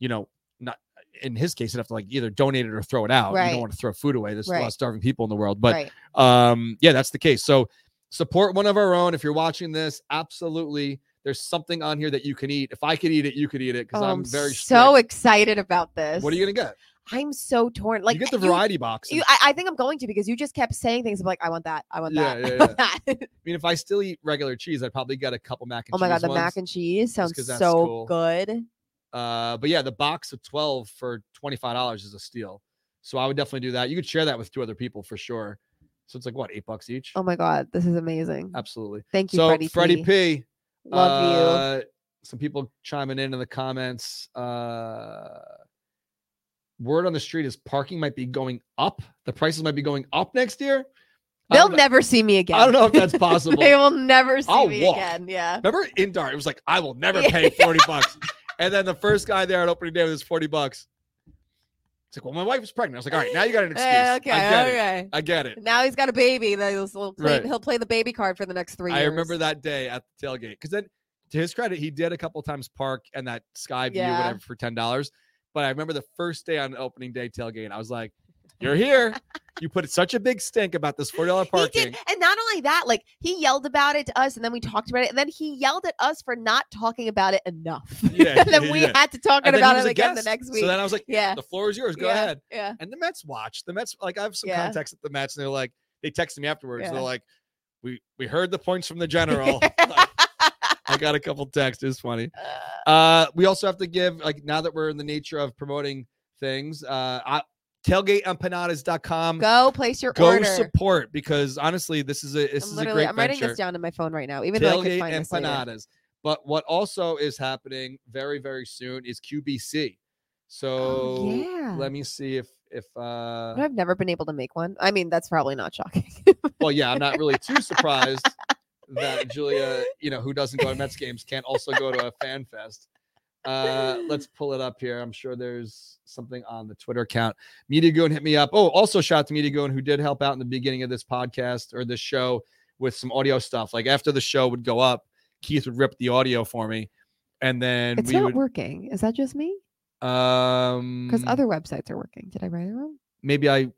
Speaker 1: you know, not in his case, you have to like either donate it or throw it out. You
Speaker 2: Right.
Speaker 1: don't want to throw food away. There's a lot
Speaker 2: Right.
Speaker 1: of starving people in the world, but
Speaker 2: right.
Speaker 1: um, yeah, that's the case. So support one of our own. If you're watching this, absolutely. There's something on here that you can eat. If I could eat it, you could eat it because
Speaker 2: Oh,
Speaker 1: I'm very
Speaker 2: so
Speaker 1: strict.
Speaker 2: excited about this.
Speaker 1: What are you gonna get?
Speaker 2: I'm so torn. Like
Speaker 1: you get the variety box. and-
Speaker 2: You, I, I think I'm going to because you just kept saying things. i like, I want that. I want
Speaker 1: Yeah,
Speaker 2: that. I
Speaker 1: yeah,
Speaker 2: want that.
Speaker 1: I mean, if I still eat regular cheese, I'd probably get a couple mac and
Speaker 2: oh
Speaker 1: cheese.
Speaker 2: my god, the
Speaker 1: ones.
Speaker 2: mac and cheese sounds
Speaker 1: 'cause that's
Speaker 2: so
Speaker 1: cool.
Speaker 2: good.
Speaker 1: Uh, but yeah, the box of 12 for $25 is a steal. So I would definitely do that. You could share that with two other people for sure. So it's like what, eight bucks each?
Speaker 2: Oh my god, this is amazing.
Speaker 1: Absolutely.
Speaker 2: Thank you,
Speaker 1: Uh, So
Speaker 2: Freddie.
Speaker 1: Freddie
Speaker 2: P.
Speaker 1: P.
Speaker 2: Love you.
Speaker 1: uh, Some people chiming in in the comments. Uh, word on the street is parking might be going up. The prices might be going up next year. I
Speaker 2: They'll
Speaker 1: don't know-
Speaker 2: never see me again.
Speaker 1: I don't know if that's possible.
Speaker 2: they will never see
Speaker 1: I'll
Speaker 2: me
Speaker 1: walk.
Speaker 2: again. Yeah.
Speaker 1: Remember in Dart, it was like, I will never
Speaker 2: Yeah.
Speaker 1: pay 40 bucks. And then the first guy there at opening day with his 40 bucks. It's like, well, my wife is pregnant. I was like, all right, now you got an excuse.
Speaker 2: Eh, okay.
Speaker 1: I get it.
Speaker 2: okay.
Speaker 1: I get it.
Speaker 2: Now he's got a baby. That he'll, he'll play,
Speaker 1: Right.
Speaker 2: he'll play the baby card for the next three
Speaker 1: I
Speaker 2: years.
Speaker 1: remember that day at the tailgate. Because then, to his credit, he did a couple times park and that sky view,
Speaker 2: Yeah.
Speaker 1: whatever, for ten dollars. But I remember the first day on opening day tailgate, I was like, "You're here." you put such a big stink about this forty dollars
Speaker 2: He
Speaker 1: parking.
Speaker 2: did, and not only that, like he yelled about it to us, and then we talked about it, and then he yelled at us for not talking about it enough.
Speaker 1: Yeah,
Speaker 2: and then
Speaker 1: yeah,
Speaker 2: we
Speaker 1: yeah.
Speaker 2: had to talk
Speaker 1: And then he
Speaker 2: about
Speaker 1: was
Speaker 2: it
Speaker 1: a
Speaker 2: again the
Speaker 1: guest.
Speaker 2: next week.
Speaker 1: So then I was like,
Speaker 2: yeah.
Speaker 1: "The floor is yours. Go
Speaker 2: yeah,
Speaker 1: ahead."
Speaker 2: Yeah.
Speaker 1: And the Mets watch the Mets. Like I have some
Speaker 2: Yeah.
Speaker 1: context at the Mets, and they're like, they texted me afterwards.
Speaker 2: Yeah.
Speaker 1: They're like, "We we heard the points from the general." Like, I got a couple texts. It's funny. Uh, we also have to give like now that we're in the nature of promoting things, uh, I, tailgateempanadas.com. Go,
Speaker 2: Go place your order.
Speaker 1: support because honestly, this is a this
Speaker 2: I'm
Speaker 1: is a
Speaker 2: literally,
Speaker 1: great
Speaker 2: I'm writing
Speaker 1: venture.
Speaker 2: this down in my phone right now, even though I could
Speaker 1: Tailgate
Speaker 2: find this later.
Speaker 1: empanadas. But what also is happening very very soon is QBC. So
Speaker 2: Oh, yeah.
Speaker 1: let me see if if
Speaker 2: You
Speaker 1: uh
Speaker 2: know, I've never been able to make one. I mean, that's probably not shocking.
Speaker 1: well yeah I'm not really too surprised that Julia you know who doesn't go to Mets games can't also go to a fan fest. Uh, let's pull it up here. I'm sure there's something on the Twitter account. Media Goon hit me up. Oh, also shout out to Media Goon who did help out in the beginning of this podcast or this show with some audio stuff. Like after the show would go up, Keith would rip the audio for me, and then
Speaker 2: It's
Speaker 1: we
Speaker 2: not
Speaker 1: would
Speaker 2: working. Is that just me?
Speaker 1: um
Speaker 2: Because other websites are working. Did I write it wrong?
Speaker 1: maybe I.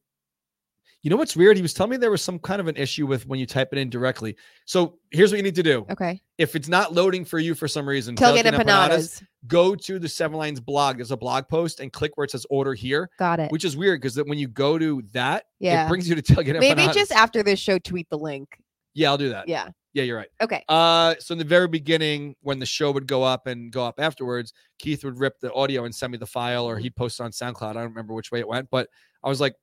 Speaker 1: You know what's weird? He was telling me there was some kind of an issue with when you type it in directly. So here's what you need to do.
Speaker 2: Okay.
Speaker 1: If it's not loading for you for some reason,
Speaker 2: Tailgate
Speaker 1: Tailgate Empanadas,
Speaker 2: empanadas.
Speaker 1: go to the Seven Lines blog. There's a blog post and click where it says order here,
Speaker 2: Got it.
Speaker 1: which is weird because when you go to that, it
Speaker 2: Eh. Yeah.
Speaker 1: brings you to Tailgate
Speaker 2: Maybe
Speaker 1: Empanadas. Uh,
Speaker 2: just after this show, tweet the link.
Speaker 1: Yeah, I'll do that.
Speaker 2: Yeah.
Speaker 1: Yeah, you're right.
Speaker 2: Okay.
Speaker 1: Uh, so in the very beginning, when the show would go up and go up afterwards, Keith would rip the audio and send me the file,
Speaker 2: Mm-hmm.
Speaker 1: or he'd post it on SoundCloud. I don't remember which way it went, but I was like,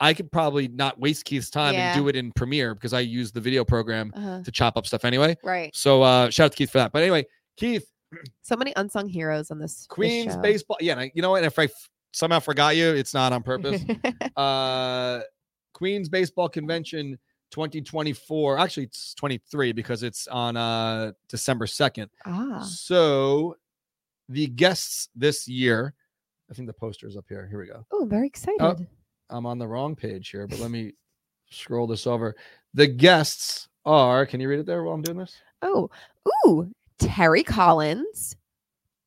Speaker 1: I could probably not waste Keith's time
Speaker 2: Yeah.
Speaker 1: and do it in Premiere because I use the video program
Speaker 2: Uh-huh.
Speaker 1: to chop up stuff anyway.
Speaker 2: Right.
Speaker 1: So uh, shout out to Keith for that. But anyway, Keith,
Speaker 2: So many unsung heroes on this. this
Speaker 1: Queens
Speaker 2: show.
Speaker 1: baseball. Yeah, and I, you know what? If I f- somehow forgot you, it's not on purpose. uh Queens Baseball Convention 2024. Actually, it's 23 because it's on uh December 2nd.
Speaker 2: ah.
Speaker 1: So the guests this year, I think the poster is up here. Here we go.
Speaker 2: Oh, I'm very excited.
Speaker 1: I'm on the wrong page here, but let me scroll this over. The guests are, can you read it there while I'm doing this?
Speaker 2: Oh, ooh, Terry Collins,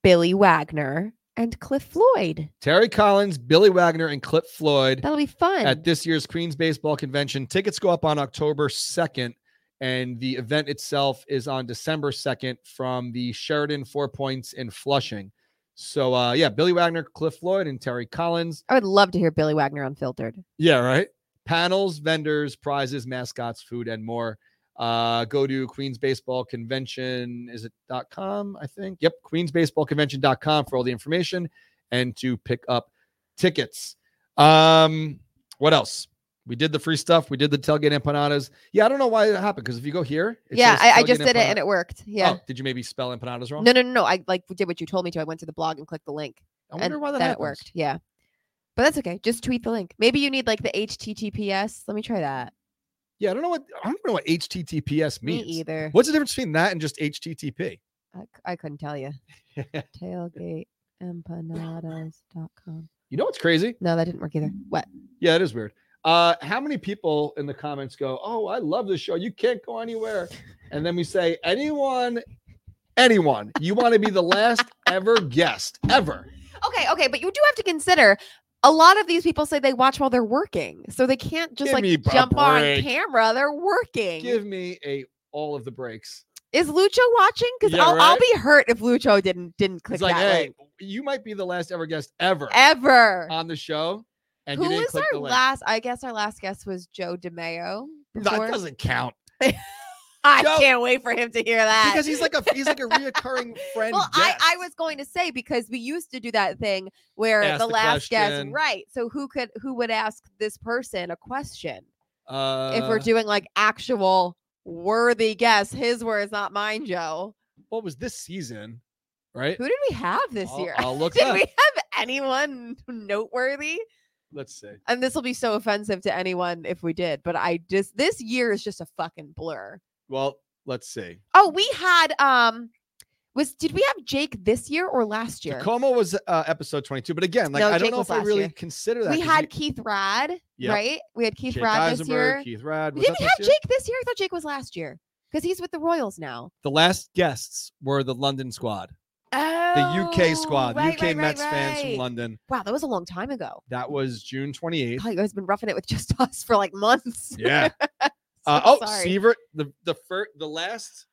Speaker 2: Billy Wagner, and Cliff Floyd.
Speaker 1: Terry Collins, Billy Wagner, and Clip Floyd
Speaker 2: That'll be fun.
Speaker 1: at this year's Queens Baseball Convention. Tickets go up on October 2nd, and the event itself is on December 2nd from the Sheridan Four Points in Flushing. So, uh, yeah, Billy Wagner, Cliff Floyd, and Terry Collins.
Speaker 2: I would love to hear Billy Wagner unfiltered.
Speaker 1: Yeah, right. Panels, vendors, prizes, mascots, food, and more. Uh, go to Queens Baseball Convention. Is it dot .com? I think. Yep, queensbaseballconvention.com for all the information and to pick up tickets. Um, what else? We did the free stuff. We did the tailgate empanadas. Yeah, I don't know why it happened because if you go here, it
Speaker 2: yeah,
Speaker 1: says
Speaker 2: I, I
Speaker 1: tailgate
Speaker 2: just did it and
Speaker 1: empana-
Speaker 2: it worked. Yeah.
Speaker 1: Oh, did you maybe spell empanadas wrong?
Speaker 2: no, no, no, no. I like did what you told me to. I went to the blog and clicked the link.
Speaker 1: I wonder
Speaker 2: and
Speaker 1: why that,
Speaker 2: then it
Speaker 1: happens.
Speaker 2: worked. Yeah. But that's okay. Just tweet the link. Maybe you need like the HTTPS. Let me try that.
Speaker 1: Yeah, I don't know what I don't know what HTTPS means.
Speaker 2: Me either.
Speaker 1: What's the difference between that and just HTTP?
Speaker 2: I, c- I couldn't tell you. Tailgateempanadas.com.
Speaker 1: You know what's crazy?
Speaker 2: No, that didn't work either. What?
Speaker 1: Yeah, it is weird. Uh, how many people in the comments go, "Oh, I love this show. You can't go anywhere," and then we say, "Anyone, anyone, you want to be the last ever guest ever?"
Speaker 2: Okay, okay, but you do have to consider a lot of these people say they watch while they're working. So they can't just
Speaker 1: Give me a
Speaker 2: like jump on
Speaker 1: break.
Speaker 2: camera. They're working.
Speaker 1: Give me a all of the breaks.
Speaker 2: Is Lucho watching? Because
Speaker 1: Yeah,
Speaker 2: I'll, I'll
Speaker 1: right?
Speaker 2: be hurt if Lucho didn't didn't click
Speaker 1: It's like,
Speaker 2: that
Speaker 1: hey,
Speaker 2: link.
Speaker 1: you might be the last ever guest ever
Speaker 2: Ever.
Speaker 1: on the show, and
Speaker 2: Who
Speaker 1: you didn't
Speaker 2: was
Speaker 1: click
Speaker 2: our
Speaker 1: the link.
Speaker 2: last? I guess our last guest was Joe DeMeo.
Speaker 1: that
Speaker 2: before.
Speaker 1: doesn't count
Speaker 2: I
Speaker 1: Joe-
Speaker 2: can't wait for him to hear that.
Speaker 1: because he's like a he's like a reoccurring friend.
Speaker 2: well, I, I
Speaker 1: guest.
Speaker 2: was going to say because we used to do that thing where
Speaker 1: Ask
Speaker 2: the
Speaker 1: the
Speaker 2: last guest,
Speaker 1: question.
Speaker 2: right? So who could who would ask this person a question?
Speaker 1: uh,
Speaker 2: if we're doing like actual worthy guests, his words, not mine, Joe.
Speaker 1: what was this season, right?
Speaker 2: Who did we have this
Speaker 1: I'll-
Speaker 2: year?
Speaker 1: I'll look
Speaker 2: did
Speaker 1: that.
Speaker 2: we have anyone noteworthy?
Speaker 1: Let's see.
Speaker 2: And this will be so offensive to anyone if we did, but I just this year is just a fucking blur.
Speaker 1: Well, let's see.
Speaker 2: Oh, we had um was did we have Jake this year or last year?
Speaker 1: Tacoma was uh, episode 22, but again, like
Speaker 2: No,
Speaker 1: I don't
Speaker 2: Jake
Speaker 1: know
Speaker 2: was
Speaker 1: if I
Speaker 2: last
Speaker 1: really
Speaker 2: year.
Speaker 1: consider that.
Speaker 2: We
Speaker 1: 'cause
Speaker 2: had Keith Rad,
Speaker 1: Yep.
Speaker 2: right? We had Keith
Speaker 1: Jake
Speaker 2: Rad this
Speaker 1: Eisenberg,
Speaker 2: year.
Speaker 1: Keith Rad.
Speaker 2: We
Speaker 1: was
Speaker 2: didn't
Speaker 1: that
Speaker 2: have
Speaker 1: this year?
Speaker 2: Jake this year. I thought Jake was last year because he's with the Royals now.
Speaker 1: The last guests were the London squad,
Speaker 2: Oh,
Speaker 1: the UK squad,
Speaker 2: right,
Speaker 1: UK
Speaker 2: right, right,
Speaker 1: Mets fans from
Speaker 2: right.
Speaker 1: London.
Speaker 2: Wow, that was a long time ago.
Speaker 1: That was June 28th.
Speaker 2: God, you guys been roughing it with just us for like months.
Speaker 1: Yeah.
Speaker 2: So
Speaker 1: Uh, oh,
Speaker 2: sorry.
Speaker 1: Sievert, the the first, the last,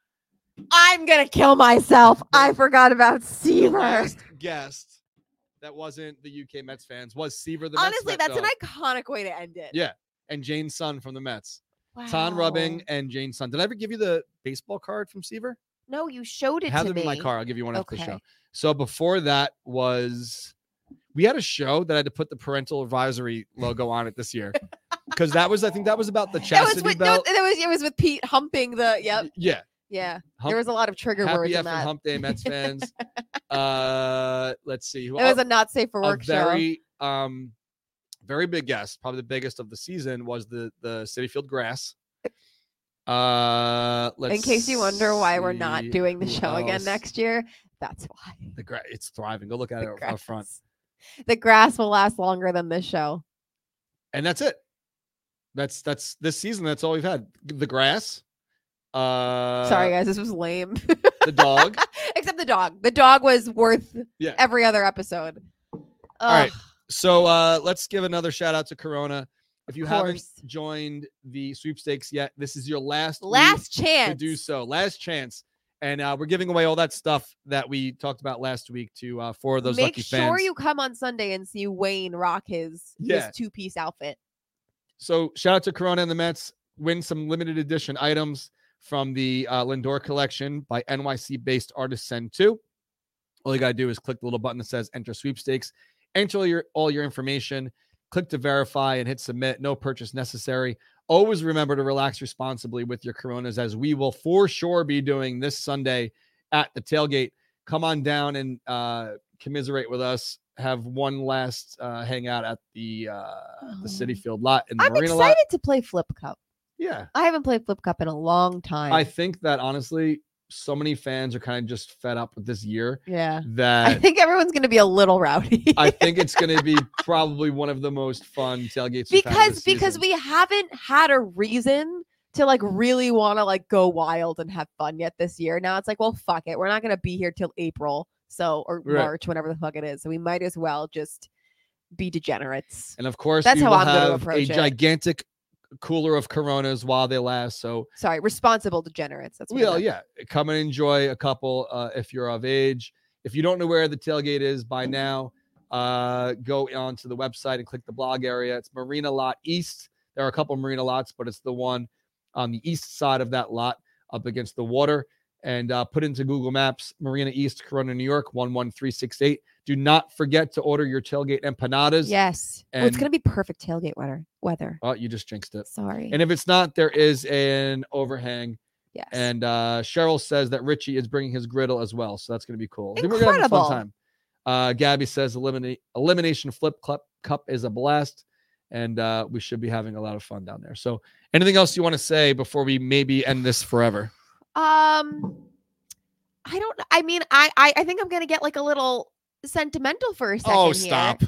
Speaker 2: I'm gonna kill myself. I forgot about
Speaker 1: the
Speaker 2: Seaver.
Speaker 1: last guest that wasn't the UK Mets fans was Seaver the Mets
Speaker 2: Honestly,
Speaker 1: vet,
Speaker 2: that's an
Speaker 1: though,
Speaker 2: iconic way to end it.
Speaker 1: Yeah. and Jane Sun from the Mets. Ton Rubbing
Speaker 2: Wow.
Speaker 1: and Jane Sun. Did I ever give you the baseball card from Seaver?
Speaker 2: No, you showed it
Speaker 1: have
Speaker 2: to
Speaker 1: them
Speaker 2: me.
Speaker 1: in my car. I'll give you one after the show.
Speaker 2: Okay.
Speaker 1: So before that was we had a show that I had to put the parental advisory logo on it this year because that was I think that was about the
Speaker 2: It was
Speaker 1: chastity
Speaker 2: with no,
Speaker 1: belt.
Speaker 2: it was it was with Pete humping the. Yep.
Speaker 1: Y- Yeah,
Speaker 2: Yeah.
Speaker 1: hump,
Speaker 2: there was a lot of trigger
Speaker 1: happy
Speaker 2: words in
Speaker 1: F
Speaker 2: that.
Speaker 1: and Hump Day Mets fans. uh, let's see. Who
Speaker 2: It was
Speaker 1: oh,
Speaker 2: a not safe for
Speaker 1: a
Speaker 2: work show.
Speaker 1: very um very big guest, probably the biggest of the season was the the City Field Grass. Uh, let's
Speaker 2: In case you wonder why we're not
Speaker 1: see
Speaker 2: doing the
Speaker 1: who
Speaker 2: show again
Speaker 1: else.
Speaker 2: next year, that's why.
Speaker 1: The gra- it's thriving. Go look at
Speaker 2: The
Speaker 1: it up- up front.
Speaker 2: grass- The grass will last longer than this show.
Speaker 1: and that's it. That's that's this season. That's all we've had. The grass, Uh,
Speaker 2: Sorry, guys, this was lame.
Speaker 1: the dog.
Speaker 2: Except the dog. The dog was worth
Speaker 1: Yeah.
Speaker 2: every other episode.
Speaker 1: right,
Speaker 2: Ugh,
Speaker 1: So uh, let's give another shout out to Corona. If you
Speaker 2: of
Speaker 1: haven't
Speaker 2: course.
Speaker 1: joined the sweepstakes yet, this is your last week
Speaker 2: last
Speaker 1: to
Speaker 2: chance.
Speaker 1: do so. Last chance. And uh, we're giving away all that stuff that we talked about last week to uh, four of those
Speaker 2: Make
Speaker 1: lucky
Speaker 2: sure
Speaker 1: fans.
Speaker 2: you come on Sunday and see Wayne rock his
Speaker 1: Yeah.
Speaker 2: his two piece outfit.
Speaker 1: so shout out to Corona and the Mets. Win some limited edition items from the uh, Lindor collection by NYC based artist Send Two. All you gotta do is click the little button that says Enter Sweepstakes. Enter all your all your information. Click to verify and hit submit. No purchase necessary. Always remember to relax responsibly with your Coronas, as we will for sure be doing this Sunday at the tailgate. Come on down and uh, commiserate with us. Have one last uh, hangout at the uh, the City
Speaker 2: Oh.
Speaker 1: Field lot in the
Speaker 2: I'm
Speaker 1: Marina
Speaker 2: excited
Speaker 1: lot.
Speaker 2: to play Flip Cup.
Speaker 1: Yeah,
Speaker 2: I haven't played Flip Cup in a long time.
Speaker 1: I think that honestly, so many fans are kind of just fed up with this year
Speaker 2: yeah. I
Speaker 1: that
Speaker 2: think everyone's going to be a little rowdy.
Speaker 1: I think it's going to be probably one of the most fun tailgates we've had
Speaker 2: because
Speaker 1: this
Speaker 2: because
Speaker 1: season.
Speaker 2: we haven't had a reason to like really want to like go wild and have fun yet this year. Now it's like, well, fuck it. We're not gonna be here till April, so or
Speaker 1: Right.
Speaker 2: March, whenever the fuck it is. So we might as well just be degenerates.
Speaker 1: and of course
Speaker 2: That's
Speaker 1: we
Speaker 2: how
Speaker 1: will
Speaker 2: I'm gonna
Speaker 1: have a
Speaker 2: approach it.
Speaker 1: gigantic cooler of Coronas while they last. So
Speaker 2: Sorry, responsible degenerates. That's what I
Speaker 1: Well,
Speaker 2: meant.
Speaker 1: yeah, come and enjoy a couple uh, if you're of age. If you don't know where the tailgate is by now, uh, go onto the website and click the blog area. It's Marina Lot East. There are a couple Marina lots, but it's the one on the east side of that lot up against the water. And uh, put into Google Maps Marina East, Corona, New York, 11368. Do not forget to order your tailgate empanadas.
Speaker 2: Yes. Well, it's
Speaker 1: and-
Speaker 2: gonna be perfect tailgate weather. Weather.
Speaker 1: Oh, you just jinxed it.
Speaker 2: Sorry.
Speaker 1: And if it's not, there is an overhang
Speaker 2: yes.
Speaker 1: and uh, Cheryl says that Richie is bringing his griddle as well, so that's going to be cool. I think we're going to have a fun
Speaker 2: Incredible.
Speaker 1: time. Uh, Gabby says eliminate elimination flip club cup is a blast, and uh, we should be having a lot of fun down there. So, anything else you want to say before we maybe end this forever?
Speaker 2: Um, I don't. I mean, I, I, I think I'm gonna get like a little sentimental for a second.
Speaker 1: Oh,
Speaker 2: here.
Speaker 1: stop!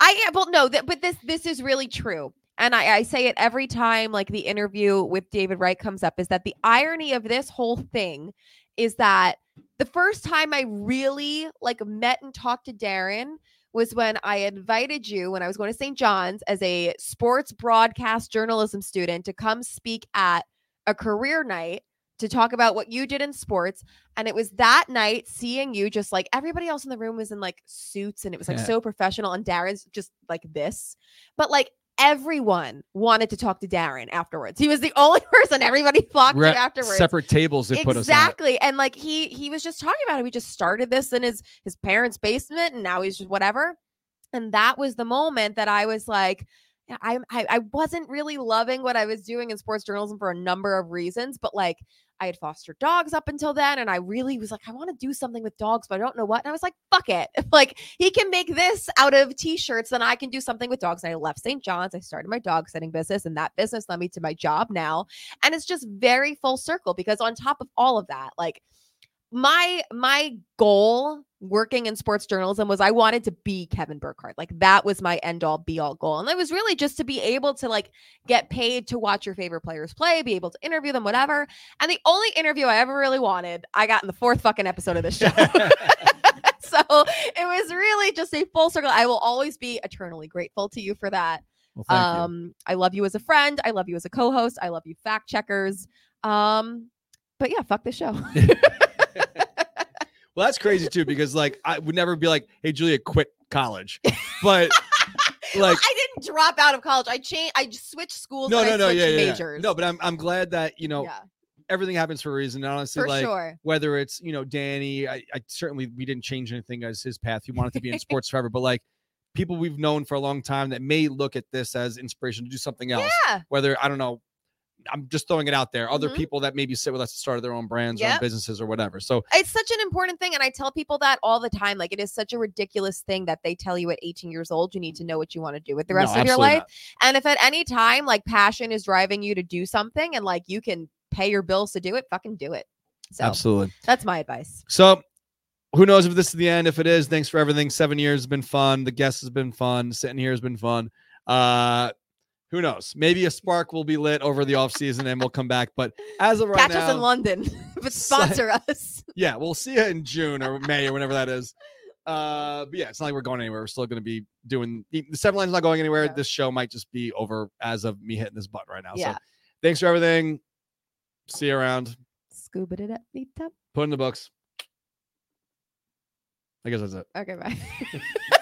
Speaker 2: I well, no, th- but this this is really true, and I, I say it every time. Like the interview with David Wright comes up, is that the irony of this whole thing is that the first time I really like met and talked to Darren was when I invited you when I was going to St. John's as a sports broadcast journalism student to come speak at a career night to talk about what you did in sports. And it was that night seeing you just like everybody else in the room was in like suits and it was like
Speaker 1: Yeah.
Speaker 2: so professional. And Darren's just like this. But like everyone wanted to talk to Darren afterwards. He was the only person everybody flocked
Speaker 1: We're at
Speaker 2: to afterwards
Speaker 1: separate tables that put us at.
Speaker 2: exactly and like he he was just talking about it we just started this in his his parents basement and now he's just whatever and that was the moment that i was like yeah, I, I i wasn't really loving what i was doing in sports journalism for a number of reasons but like i had fostered dogs up until then and i really was like i want to do something with dogs but i don't know what and i was like fuck it like he can make this out of t-shirts then i can do something with dogs and i left st john's i started my dog sitting business and that business led me to my job now and it's just very full circle because on top of all of that like my my goal working in sports journalism was i wanted to be kevin burkhardt like that was my end all be all goal and it was really just to be able to like get paid to watch your favorite players play be able to interview them whatever and the only interview i ever really wanted i got in the fourth fucking episode of this show so it was really just a full circle i will always be eternally grateful to you for that
Speaker 1: Well, thank you.
Speaker 2: um, I love you as a friend. I love you as a co-host. I love you, fact checkers. Um, but yeah, fuck the show.
Speaker 1: Well, that's crazy too because like I would never be like, "Hey, Julia, quit college," but like
Speaker 2: I didn't drop out of college. I changed. I just switched schools.
Speaker 1: no,
Speaker 2: and
Speaker 1: no,
Speaker 2: I
Speaker 1: no,
Speaker 2: switched
Speaker 1: yeah, yeah, yeah,
Speaker 2: majors.
Speaker 1: no. But I'm I'm glad that you know
Speaker 2: yeah,
Speaker 1: everything happens for a reason. And honestly,
Speaker 2: for
Speaker 1: like
Speaker 2: sure.
Speaker 1: whether it's you know Danny, I, I certainly we didn't change anything as his path. He wanted to be in sports forever, but like people we've known for a long time that may look at this as inspiration to do something else.
Speaker 2: Yeah,
Speaker 1: Whether I don't know, I'm just throwing it out there. Other
Speaker 2: Mhm.
Speaker 1: people that maybe sit with us and started their own brands or own
Speaker 2: Yep.
Speaker 1: businesses or whatever. So
Speaker 2: it's such an important thing, and I tell people that all the time. Like, it is such a ridiculous thing that they tell you at 18 years old you need to know what you want to do with the
Speaker 1: no,
Speaker 2: rest of your
Speaker 1: absolutely
Speaker 2: life.
Speaker 1: not.
Speaker 2: And if at any time like passion is driving you to do something, and like you can pay your bills to do it, fucking do it. So
Speaker 1: absolutely.
Speaker 2: that's my advice.
Speaker 1: So who knows if this is the end? If it is, thanks for everything. Seven years has been fun. The guest has been fun. Sitting here has been fun. Uh Who knows? Maybe a spark will be lit over the offseason and we'll come back. But as of right
Speaker 2: Catch
Speaker 1: now,
Speaker 2: us in London, but
Speaker 1: so-
Speaker 2: sponsor us.
Speaker 1: yeah, we'll see you in June or May or whenever that is. Uh, but yeah, it's not like we're going anywhere. We're still going to be doing the seven line's not going anywhere.
Speaker 2: No.
Speaker 1: This show might just be over as of me hitting this button right now.
Speaker 2: Yeah.
Speaker 1: So thanks for everything. See you around.
Speaker 2: Scuba it up, meet up.
Speaker 1: Put in the books. I guess that's it.
Speaker 2: Okay, bye.